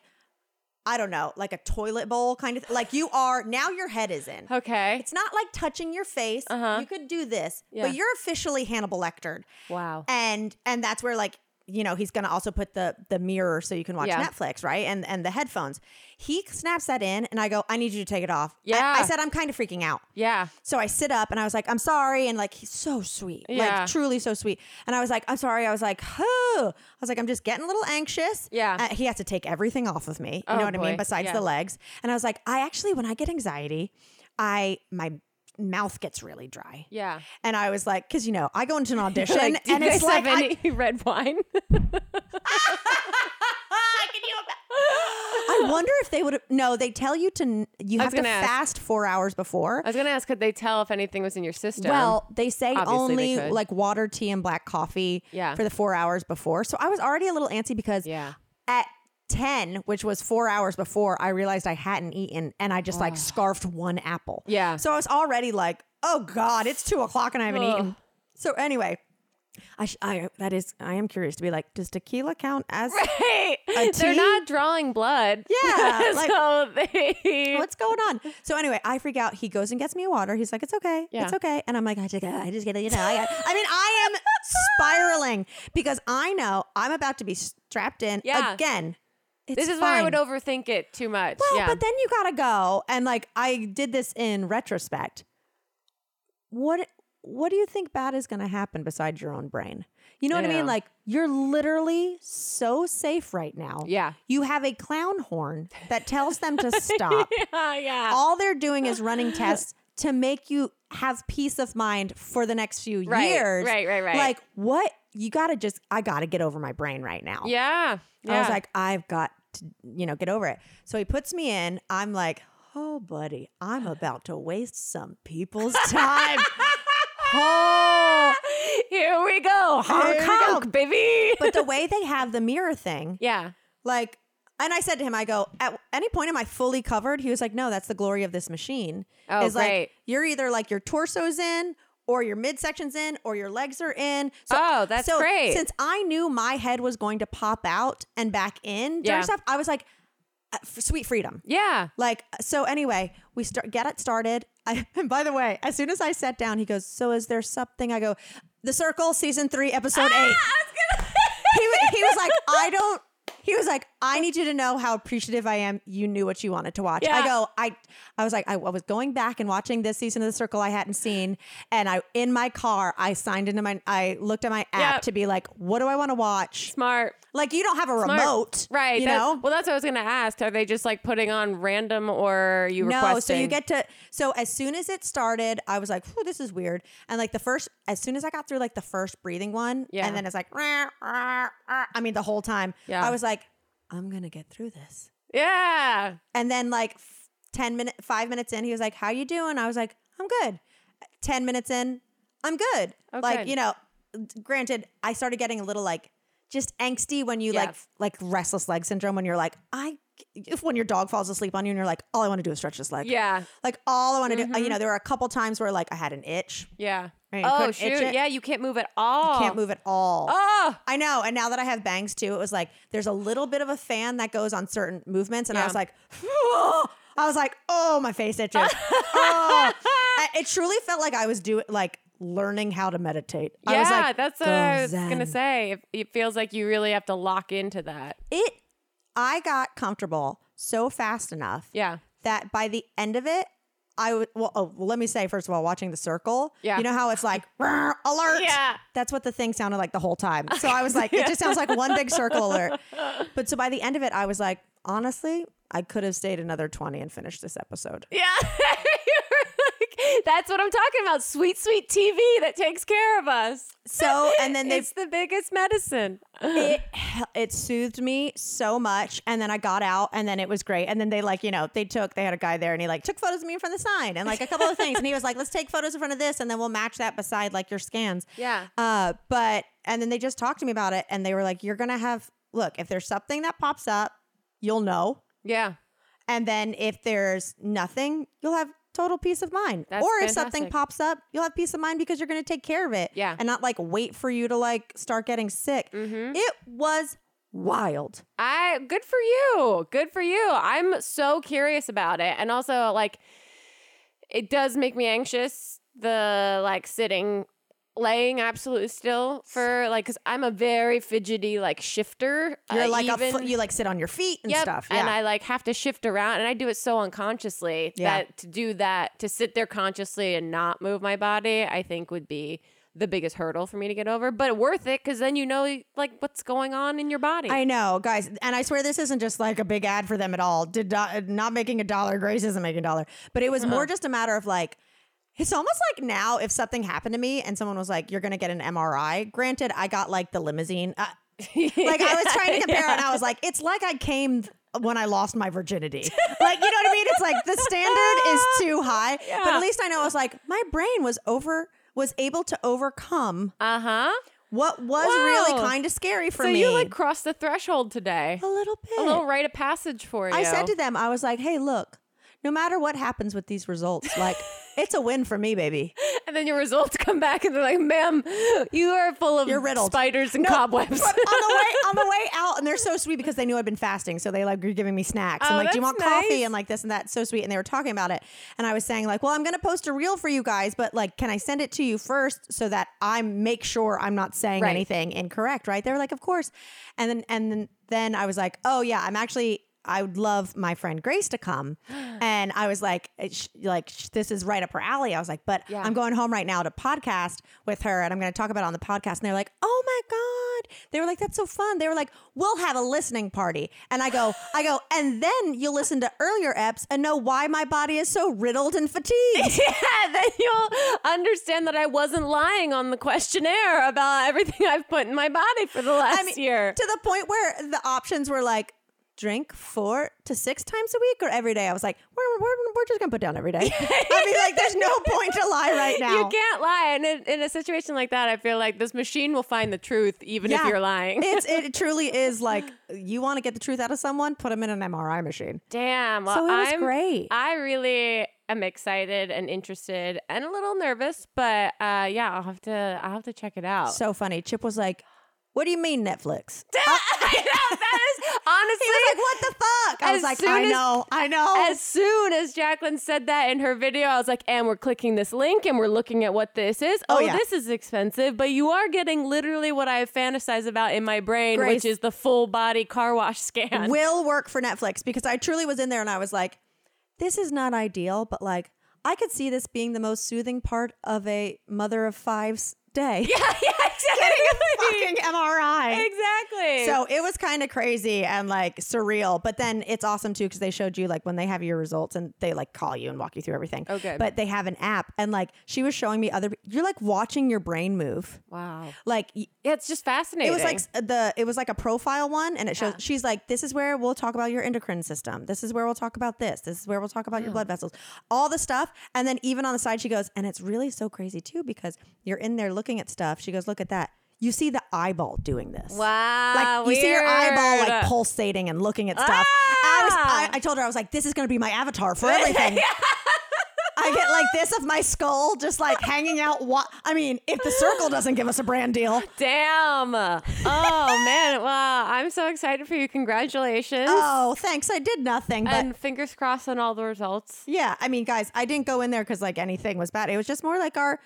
[SPEAKER 2] I don't know, like a toilet bowl kind of like you are now your head is in.
[SPEAKER 1] Okay.
[SPEAKER 2] It's not like touching your face. You could do this,
[SPEAKER 1] Uh-huh. Yeah.
[SPEAKER 2] but you're officially Hannibal Lectered.
[SPEAKER 1] Wow.
[SPEAKER 2] And and that's where like you know he's gonna also put the the mirror so you can watch
[SPEAKER 1] Yeah.
[SPEAKER 2] Netflix, right? And and the headphones. He snaps that in, and I go, I need you to take it off. I-
[SPEAKER 1] Yeah.
[SPEAKER 2] I said I'm kind of freaking out.
[SPEAKER 1] yeah.
[SPEAKER 2] So I sit up and I was like, I'm sorry. And like, he's so sweet.
[SPEAKER 1] Yeah.
[SPEAKER 2] Like, truly so sweet. And I was like, I'm sorry. I was like, who? I was like, I'm just getting a little anxious.
[SPEAKER 1] Yeah.
[SPEAKER 2] Uh, he has to take everything off of me. You
[SPEAKER 1] Oh,
[SPEAKER 2] know what I mean?
[SPEAKER 1] boy.
[SPEAKER 2] Besides
[SPEAKER 1] Yeah.
[SPEAKER 2] the legs. And I was like, I actually, when I get anxiety, I, my mouth gets really dry.
[SPEAKER 1] Yeah.
[SPEAKER 2] And I was like, cause you know, I go into an audition
[SPEAKER 1] Like, do
[SPEAKER 2] and
[SPEAKER 1] you
[SPEAKER 2] it's
[SPEAKER 1] guys
[SPEAKER 2] like,
[SPEAKER 1] have
[SPEAKER 2] I-
[SPEAKER 1] any red wine?
[SPEAKER 2] I, wonder if they would, no, they tell you to, n- you
[SPEAKER 1] I
[SPEAKER 2] have
[SPEAKER 1] was
[SPEAKER 2] to
[SPEAKER 1] gonna ask.
[SPEAKER 2] fast four hours before.
[SPEAKER 1] I was gonna ask, could they tell if anything was in your system?
[SPEAKER 2] Well, they say
[SPEAKER 1] Obviously they
[SPEAKER 2] only
[SPEAKER 1] could.
[SPEAKER 2] like water, tea, and black coffee
[SPEAKER 1] Yeah.
[SPEAKER 2] for the four hours before. So I was already a little antsy because
[SPEAKER 1] Yeah.
[SPEAKER 2] at 10, which was four hours before, I realized I hadn't eaten and I just like scarfed one apple.
[SPEAKER 1] Yeah.
[SPEAKER 2] So I was already like, oh God, it's two o'clock and I haven't eaten. So anyway. I, sh- I that is I am curious to be like does tequila count as
[SPEAKER 1] hey,
[SPEAKER 2] tea?
[SPEAKER 1] they're not drawing blood.
[SPEAKER 2] Yeah, like-
[SPEAKER 1] so they.
[SPEAKER 2] what's going on? So anyway, I freak out. He goes and gets me water. He's like, it's okay,
[SPEAKER 1] Yeah.
[SPEAKER 2] it's okay. And I'm like, I just, I just gotta, you know, I, got-" I mean, I am spiraling because I know I'm about to be strapped in
[SPEAKER 1] Yeah.
[SPEAKER 2] again. It's
[SPEAKER 1] This is why I would
[SPEAKER 2] fine.
[SPEAKER 1] overthink it too much.
[SPEAKER 2] Well,
[SPEAKER 1] yeah.
[SPEAKER 2] but then you gotta go, and like I did this in retrospect. What What do you think bad is gonna happen besides your own brain? You know what I
[SPEAKER 1] Yeah.
[SPEAKER 2] mean? Like you're literally so safe right now.
[SPEAKER 1] Yeah.
[SPEAKER 2] You have a clown horn that tells them to stop.
[SPEAKER 1] yeah, yeah.
[SPEAKER 2] all they're doing is running tests to make you have peace of mind for the next few
[SPEAKER 1] Right,
[SPEAKER 2] years.
[SPEAKER 1] right, right, right.
[SPEAKER 2] Like what you got to just I got to get over my brain right now.
[SPEAKER 1] yeah.
[SPEAKER 2] I
[SPEAKER 1] yeah.
[SPEAKER 2] was like I've got to you know get over it. So he puts me in. I'm like, "Oh buddy, I'm about to waste some people's time." oh.
[SPEAKER 1] here we go, honk
[SPEAKER 2] Here we
[SPEAKER 1] honk,
[SPEAKER 2] go.
[SPEAKER 1] baby.
[SPEAKER 2] But the way they have the mirror thing,
[SPEAKER 1] yeah.
[SPEAKER 2] like and I said to him, I go, at any point am I fully covered? He was like, no, that's the glory of this machine.
[SPEAKER 1] Oh,
[SPEAKER 2] is
[SPEAKER 1] great.
[SPEAKER 2] like you're either like your torso's in or your midsection's in or your legs are in. So,
[SPEAKER 1] Oh, that's
[SPEAKER 2] so
[SPEAKER 1] great.
[SPEAKER 2] Since I knew my head was going to pop out and back in during
[SPEAKER 1] Yeah.
[SPEAKER 2] stuff, I was like, uh, f- sweet freedom.
[SPEAKER 1] Yeah.
[SPEAKER 2] Like uh, so. Anyway, we start get it started. I, and by the way, as soon as I sat down, he goes, "So is there something?" I go, "The Circle, season three, episode
[SPEAKER 1] Ah,
[SPEAKER 2] eight. he, wa- he was like, "I don't." He was like, "I need you to know how appreciative I am. You knew what you wanted to watch."
[SPEAKER 1] Yeah.
[SPEAKER 2] I go, "I." I was like, I, I was going back and watching this season of The Circle I hadn't seen, and I in my car, I signed into my, I looked at my app
[SPEAKER 1] Yep.
[SPEAKER 2] to be like, "What do I want to watch?"
[SPEAKER 1] Smart.
[SPEAKER 2] Like you don't have a
[SPEAKER 1] Smart.
[SPEAKER 2] remote,
[SPEAKER 1] Right.
[SPEAKER 2] You
[SPEAKER 1] that-
[SPEAKER 2] know,
[SPEAKER 1] Well, that's what I was gonna ask. Are they just like putting on random, or are you
[SPEAKER 2] No, so
[SPEAKER 1] requesting?
[SPEAKER 2] you get to so as soon as it started, I was like, "Oh, this is weird." And like the first, as soon as I got through like the first breathing one,
[SPEAKER 1] Yeah.
[SPEAKER 2] and then it's like, "Rah, rah, rah," I mean, the whole time,
[SPEAKER 1] Yeah.
[SPEAKER 2] I was like, "I'm gonna get through this."
[SPEAKER 1] Yeah.
[SPEAKER 2] And then like f- ten minute, five minutes in, he was like, "How you doing?" I was like, "I'm good." Ten minutes in, I'm good.
[SPEAKER 1] Oh,
[SPEAKER 2] like
[SPEAKER 1] good.
[SPEAKER 2] you know, granted, I started getting a little like just angsty when you
[SPEAKER 1] Yeah.
[SPEAKER 2] like like restless leg syndrome when you're like I. If when your dog falls asleep on you and you're like, all I want to do is stretch this leg.
[SPEAKER 1] Yeah.
[SPEAKER 2] Like all I want to
[SPEAKER 1] Mm-hmm.
[SPEAKER 2] do, uh, you know, there were a couple times where like I had an itch,
[SPEAKER 1] Yeah.
[SPEAKER 2] Right, you
[SPEAKER 1] Oh
[SPEAKER 2] couldn't itch
[SPEAKER 1] shoot.
[SPEAKER 2] it.
[SPEAKER 1] Yeah, you can't move at all.
[SPEAKER 2] can't move at all.
[SPEAKER 1] Oh.
[SPEAKER 2] I know. And now that I have bangs too, it was like there's a little bit of a fan that goes on certain movements, and I
[SPEAKER 1] Yeah.
[SPEAKER 2] was like, I was like, oh, my face itches. oh. I- It truly felt like I was doing like learning how to meditate. I
[SPEAKER 1] Yeah,
[SPEAKER 2] was like,
[SPEAKER 1] that's what I
[SPEAKER 2] "Go
[SPEAKER 1] was gonna
[SPEAKER 2] zen."
[SPEAKER 1] say. It, it feels like you really have to lock into that.
[SPEAKER 2] It. I got comfortable so fast enough.
[SPEAKER 1] Yeah.
[SPEAKER 2] that by the end of it, I would. Well, oh, well, let me say first of all, watching The Circle.
[SPEAKER 1] Yeah.
[SPEAKER 2] You know how it's like "Rrr, alert.
[SPEAKER 1] Yeah.
[SPEAKER 2] That's what the thing sounded like the whole time. So I was like, it just sounds like one big circle alert. But so by the end of it, I was like, honestly, I could have stayed another 20 and finished this episode.
[SPEAKER 1] Yeah. You're like, That's what I'm talking about. Sweet, sweet TV that takes care of us.
[SPEAKER 2] So, and then they
[SPEAKER 1] it's the biggest medicine.
[SPEAKER 2] it hel- it soothed me so much and then i got out and then it was great and then they like you know they took they had a guy there and he like took photos of me in front of the sign and like a couple of things and he was like let's take photos in front of this and then we'll match that beside like your scans
[SPEAKER 1] Yeah.
[SPEAKER 2] uh but and then they just talked to me about it and they were like you're gonna have look if there's something that pops up you'll know
[SPEAKER 1] Yeah.
[SPEAKER 2] and then if there's nothing you'll have total peace of mind
[SPEAKER 1] That's
[SPEAKER 2] or if something
[SPEAKER 1] fantastic.
[SPEAKER 2] pops up you'll have peace of mind because you're going to take care of it
[SPEAKER 1] Yeah.
[SPEAKER 2] and not like wait for you to like start getting sick
[SPEAKER 1] Mm-hmm.
[SPEAKER 2] it was wild.
[SPEAKER 1] I good for you. Good for you. I'm so curious about it. And also like it does make me anxious the like sitting laying absolutely still for like cuz I'm a very fidgety like shifter.
[SPEAKER 2] You're
[SPEAKER 1] Uh,
[SPEAKER 2] like a
[SPEAKER 1] even-
[SPEAKER 2] foot, you like sit on your feet and
[SPEAKER 1] Yep,
[SPEAKER 2] stuff. Yeah.
[SPEAKER 1] And I like have to shift around and I do it so unconsciously
[SPEAKER 2] Yeah.
[SPEAKER 1] that to do that to sit there consciously and not move my body, I think would be the biggest hurdle for me to get over, but worth it cuz then you know like what's going on in your body.
[SPEAKER 2] I know, guys, and I swear this isn't just like a big ad for them at all. Did not, not making a dollar. Grace isn't making a dollar, but it was more just a matter of like. It's almost like now if something happened to me and someone was like, "You're gonna get an MRI." Granted, I got like the limousine. Uh, like I was trying to compare, and I was like, "It's like I came." th- When I lost my virginity, like you know what I mean? It's like the standard is too high, but at least I know I was like my brain was over was able to overcome
[SPEAKER 1] uh-huh.
[SPEAKER 2] What was really
[SPEAKER 1] Wow.
[SPEAKER 2] kind of scary for
[SPEAKER 1] so
[SPEAKER 2] me?
[SPEAKER 1] you like crossed the threshold today.
[SPEAKER 2] a little bit.
[SPEAKER 1] A little rite of passage for you.
[SPEAKER 2] I said to them, I was like, "Hey, look, no matter what happens with these results, like it's a win for me, baby."
[SPEAKER 1] and then your results come back, and they're like, "Ma'am, you are full of
[SPEAKER 2] You're riddled.
[SPEAKER 1] spiders and cobwebs."
[SPEAKER 2] But on the way on the way out, and they're so sweet because they knew I'd been fasting, so they like were giving me snacks and
[SPEAKER 1] Oh,
[SPEAKER 2] like, "Do you want
[SPEAKER 1] that's
[SPEAKER 2] coffee?"
[SPEAKER 1] nice.
[SPEAKER 2] and like this and that. So sweet, and they were talking about it, and I was saying like, "Well, I'm gonna post a reel for you guys, but like, can I send it to you first so that I make sure I'm not saying
[SPEAKER 1] Right.
[SPEAKER 2] anything incorrect?" Right? They were like, "Of course," and then and then then I was like, "Oh yeah, I'm actually." I would love my friend Grace to come, and I was like, it sh- like sh- this is right up her alley. I was like, but
[SPEAKER 1] Yeah.
[SPEAKER 2] I'm going home right now to podcast with her, and I'm going to talk about it on the podcast. And they're like, oh my god, they were like, that's so fun. They were like, we'll have a listening party, and I go, I go, and then you'll listen to earlier eps and know why my body is so riddled and fatigued.
[SPEAKER 1] yeah, then you'll understand that I wasn't lying on the questionnaire about everything I've put in my body for the last
[SPEAKER 2] I mean,
[SPEAKER 1] year.
[SPEAKER 2] to the point where the options were like. Drink four to six times a week or every day. I was like, we're, we're, we're just gonna put down every day. I mean, like, there's no point to lie right now.
[SPEAKER 1] You can't lie, and in, in a situation like that, I feel like this machine will find the truth, even if
[SPEAKER 2] Yeah.
[SPEAKER 1] you're lying.
[SPEAKER 2] it's it truly is like you want to get the truth out of someone, put them in an MRI machine.
[SPEAKER 1] Damn. Well,
[SPEAKER 2] So it was
[SPEAKER 1] I'm,
[SPEAKER 2] great.
[SPEAKER 1] I really am excited and interested and a little nervous, but uh, yeah, I'll have to I'll have to check it out.
[SPEAKER 2] So funny. Chip was like, "What do you mean Netflix?"
[SPEAKER 1] I know that is honestly
[SPEAKER 2] He was like, "What the fuck?" I
[SPEAKER 1] As
[SPEAKER 2] was like,
[SPEAKER 1] soon
[SPEAKER 2] "I
[SPEAKER 1] as-
[SPEAKER 2] know, I know."
[SPEAKER 1] As soon as Jacqueline said that in her video, I was like, and we're clicking this link and we're looking at what this is. Oh,
[SPEAKER 2] yeah.
[SPEAKER 1] this is expensive, but you are getting literally what I fantasize about in my brain,
[SPEAKER 2] Grace.
[SPEAKER 1] which is the full body car wash scan.
[SPEAKER 2] Will work for Netflix because I truly was in there and I was like, "This is not ideal, but like I could see this being the most soothing part of a mother of five's day."
[SPEAKER 1] yeah, yeah, exactly.
[SPEAKER 2] Fucking MRI.
[SPEAKER 1] exactly.
[SPEAKER 2] So it was kind of crazy and like surreal, but then it's awesome too because they showed you like when they have your results and they like call you and walk you through everything.
[SPEAKER 1] Okay.
[SPEAKER 2] But they have an app and like she was showing me other. You're like watching your brain move.
[SPEAKER 1] wow.
[SPEAKER 2] Like y-
[SPEAKER 1] Yeah, it's just fascinating.
[SPEAKER 2] it was like s- the it was like a profile one and it shows she's like this is where we'll talk about your endocrine system. This is where we'll talk about this. This is where we'll talk about
[SPEAKER 1] Mm.
[SPEAKER 2] your blood vessels. All the stuff and then even on the side she goes and it's really so crazy too because you're in there looking at stuff. She goes look at that. You see the eyeball doing this.
[SPEAKER 1] wow.
[SPEAKER 2] Like you see your eyeball
[SPEAKER 1] weird. Ah!
[SPEAKER 2] like pulsating and looking at stuff. I, was, I, I told her I was like, this is gonna be my avatar for everything. I get like this of my skull just like hanging out. Wa- I mean, if the circle doesn't give us a brand deal,
[SPEAKER 1] Damn. Oh, man. Wow. I'm so excited for you. Congratulations.
[SPEAKER 2] oh thanks, I did nothing. But
[SPEAKER 1] and fingers crossed on all the results.
[SPEAKER 2] yeah, I mean, guys, I didn't go in there because like anything was bad. It was just more like our.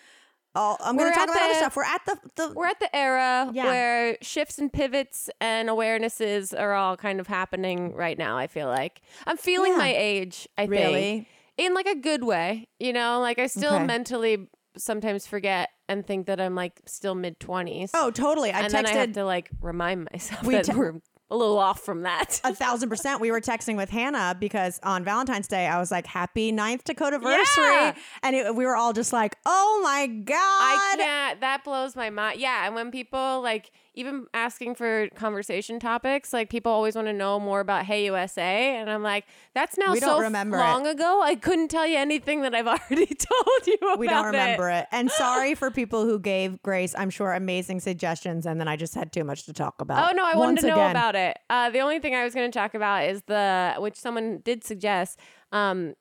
[SPEAKER 2] Oh, I'm gonna
[SPEAKER 1] We're
[SPEAKER 2] talk
[SPEAKER 1] at
[SPEAKER 2] about other
[SPEAKER 1] the-
[SPEAKER 2] stuff. We're at the the
[SPEAKER 1] We're at the era
[SPEAKER 2] Yeah.
[SPEAKER 1] where shifts and pivots and awarenesses are all kind of happening right now, I feel like. I'm feeling
[SPEAKER 2] Yeah.
[SPEAKER 1] my age, I
[SPEAKER 2] Really?
[SPEAKER 1] think. In like a good way, you know? Like I still
[SPEAKER 2] Okay.
[SPEAKER 1] mentally sometimes forget and think that I'm like still mid 20s.
[SPEAKER 2] oh totally. I
[SPEAKER 1] and
[SPEAKER 2] texted.
[SPEAKER 1] then I have to like remind myself
[SPEAKER 2] We
[SPEAKER 1] that
[SPEAKER 2] te-
[SPEAKER 1] we're a little off from that.
[SPEAKER 2] a thousand percent. We were texting with Hannah because on Valentine's Day I was like, "Happy ninth Dakota anniversary,"
[SPEAKER 1] Yeah.
[SPEAKER 2] and it, we were all just like, "Oh my god!"
[SPEAKER 1] I can't. That blows my mind. Yeah, and when people like even asking for conversation topics, like people always want to know more about Hey USA, and I'm like, that's now
[SPEAKER 2] We
[SPEAKER 1] so
[SPEAKER 2] don't
[SPEAKER 1] f-
[SPEAKER 2] remember it.
[SPEAKER 1] long ago. I couldn't tell you anything that I've already told you. About
[SPEAKER 2] we don't remember it. And sorry for people who gave Grace, I'm sure, amazing suggestions, and then I just had too much to talk about.
[SPEAKER 1] Oh no, I wanted
[SPEAKER 2] Once
[SPEAKER 1] to know
[SPEAKER 2] again.
[SPEAKER 1] about it. Uh, the only thing I was going to talk about is the which someone did suggest um,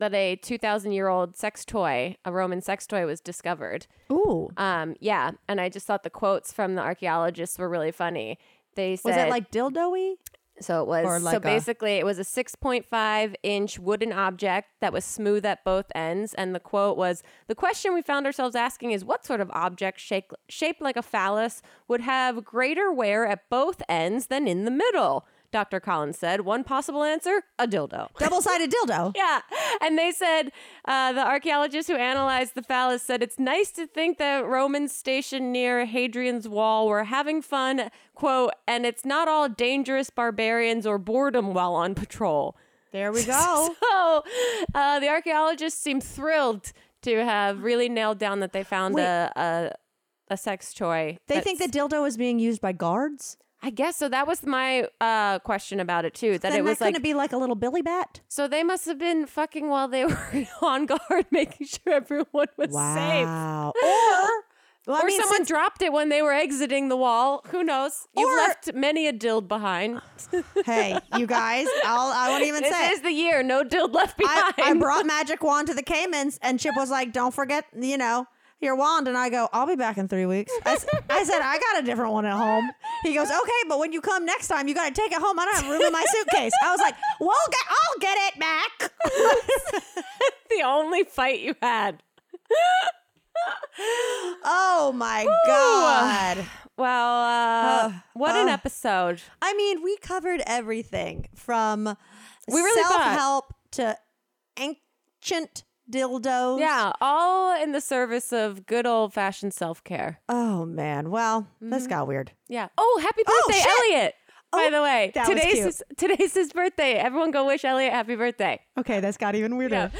[SPEAKER 1] that a two thousand year old sex toy, a Roman sex toy, was discovered.
[SPEAKER 2] Ooh,
[SPEAKER 1] Um, yeah, and I just thought the quotes from the archaeologists were really funny. They said,
[SPEAKER 2] was it like dildoy?
[SPEAKER 1] So it was.
[SPEAKER 2] Or like
[SPEAKER 1] so
[SPEAKER 2] a-
[SPEAKER 1] basically, it was a 6.5 inch wooden object that was smooth at both ends. And the quote was The question we found ourselves asking is what sort of object shake, shaped like a phallus would have greater wear at both ends than in the middle? Dr. Collins said. One possible answer a dildo.
[SPEAKER 2] Double sided dildo.
[SPEAKER 1] Yeah. And they said uh, the archaeologist who analyzed the phallus said it's nice to think that Romans stationed near Hadrian's Wall were having fun, quote, and it's not all dangerous barbarians or boredom while on patrol.
[SPEAKER 2] There we go.
[SPEAKER 1] So uh, the archaeologists seem thrilled to have really nailed down that they found a, a a sex toy.
[SPEAKER 2] they
[SPEAKER 1] that-
[SPEAKER 2] think the dildo was being used by guards.
[SPEAKER 1] I guess so. That was my uh, question about it too. That
[SPEAKER 2] then
[SPEAKER 1] it was
[SPEAKER 2] that
[SPEAKER 1] like
[SPEAKER 2] couldn't be like a little billy bat.
[SPEAKER 1] So they must have been fucking while they were on guard, making sure everyone was safe.
[SPEAKER 2] Wow. Or, well, I
[SPEAKER 1] or
[SPEAKER 2] mean,
[SPEAKER 1] someone
[SPEAKER 2] since-
[SPEAKER 1] dropped it when they were exiting the wall. Who knows? You've
[SPEAKER 2] Or-
[SPEAKER 1] left many a dild behind.
[SPEAKER 2] hey, you guys, I'll, I won't even say.
[SPEAKER 1] This
[SPEAKER 2] it.
[SPEAKER 1] is the year, no dild left
[SPEAKER 2] I,
[SPEAKER 1] behind.
[SPEAKER 2] I brought magic wand to the Caymans, and Chip was like, "Don't forget, you know, your wand." And I go, "I'll be back in three weeks." I, s- I said, "I got a different one at home." He goes, "Okay, but when you come next time, you got to take it home. I don't have room in my suitcase." I was like, "Well, get, I'll get it back."
[SPEAKER 1] the only fight you had.
[SPEAKER 2] Oh my god!
[SPEAKER 1] Well, uh, what an episode.
[SPEAKER 2] I mean, we covered everything from
[SPEAKER 1] We really thought.
[SPEAKER 2] self-help to ancient dildos.
[SPEAKER 1] Yeah, all in the service of good old fashioned self care.
[SPEAKER 2] Oh man. Well,
[SPEAKER 1] Mm-hmm.
[SPEAKER 2] this got weird.
[SPEAKER 1] Yeah. Oh, happy
[SPEAKER 2] Oh,
[SPEAKER 1] birthday,
[SPEAKER 2] shit.
[SPEAKER 1] Elliot. By
[SPEAKER 2] Oh,
[SPEAKER 1] the way,
[SPEAKER 2] that was
[SPEAKER 1] today's
[SPEAKER 2] cute.
[SPEAKER 1] his, today's his birthday. Everyone go wish Elliot happy birthday.
[SPEAKER 2] Okay, this got even weirder.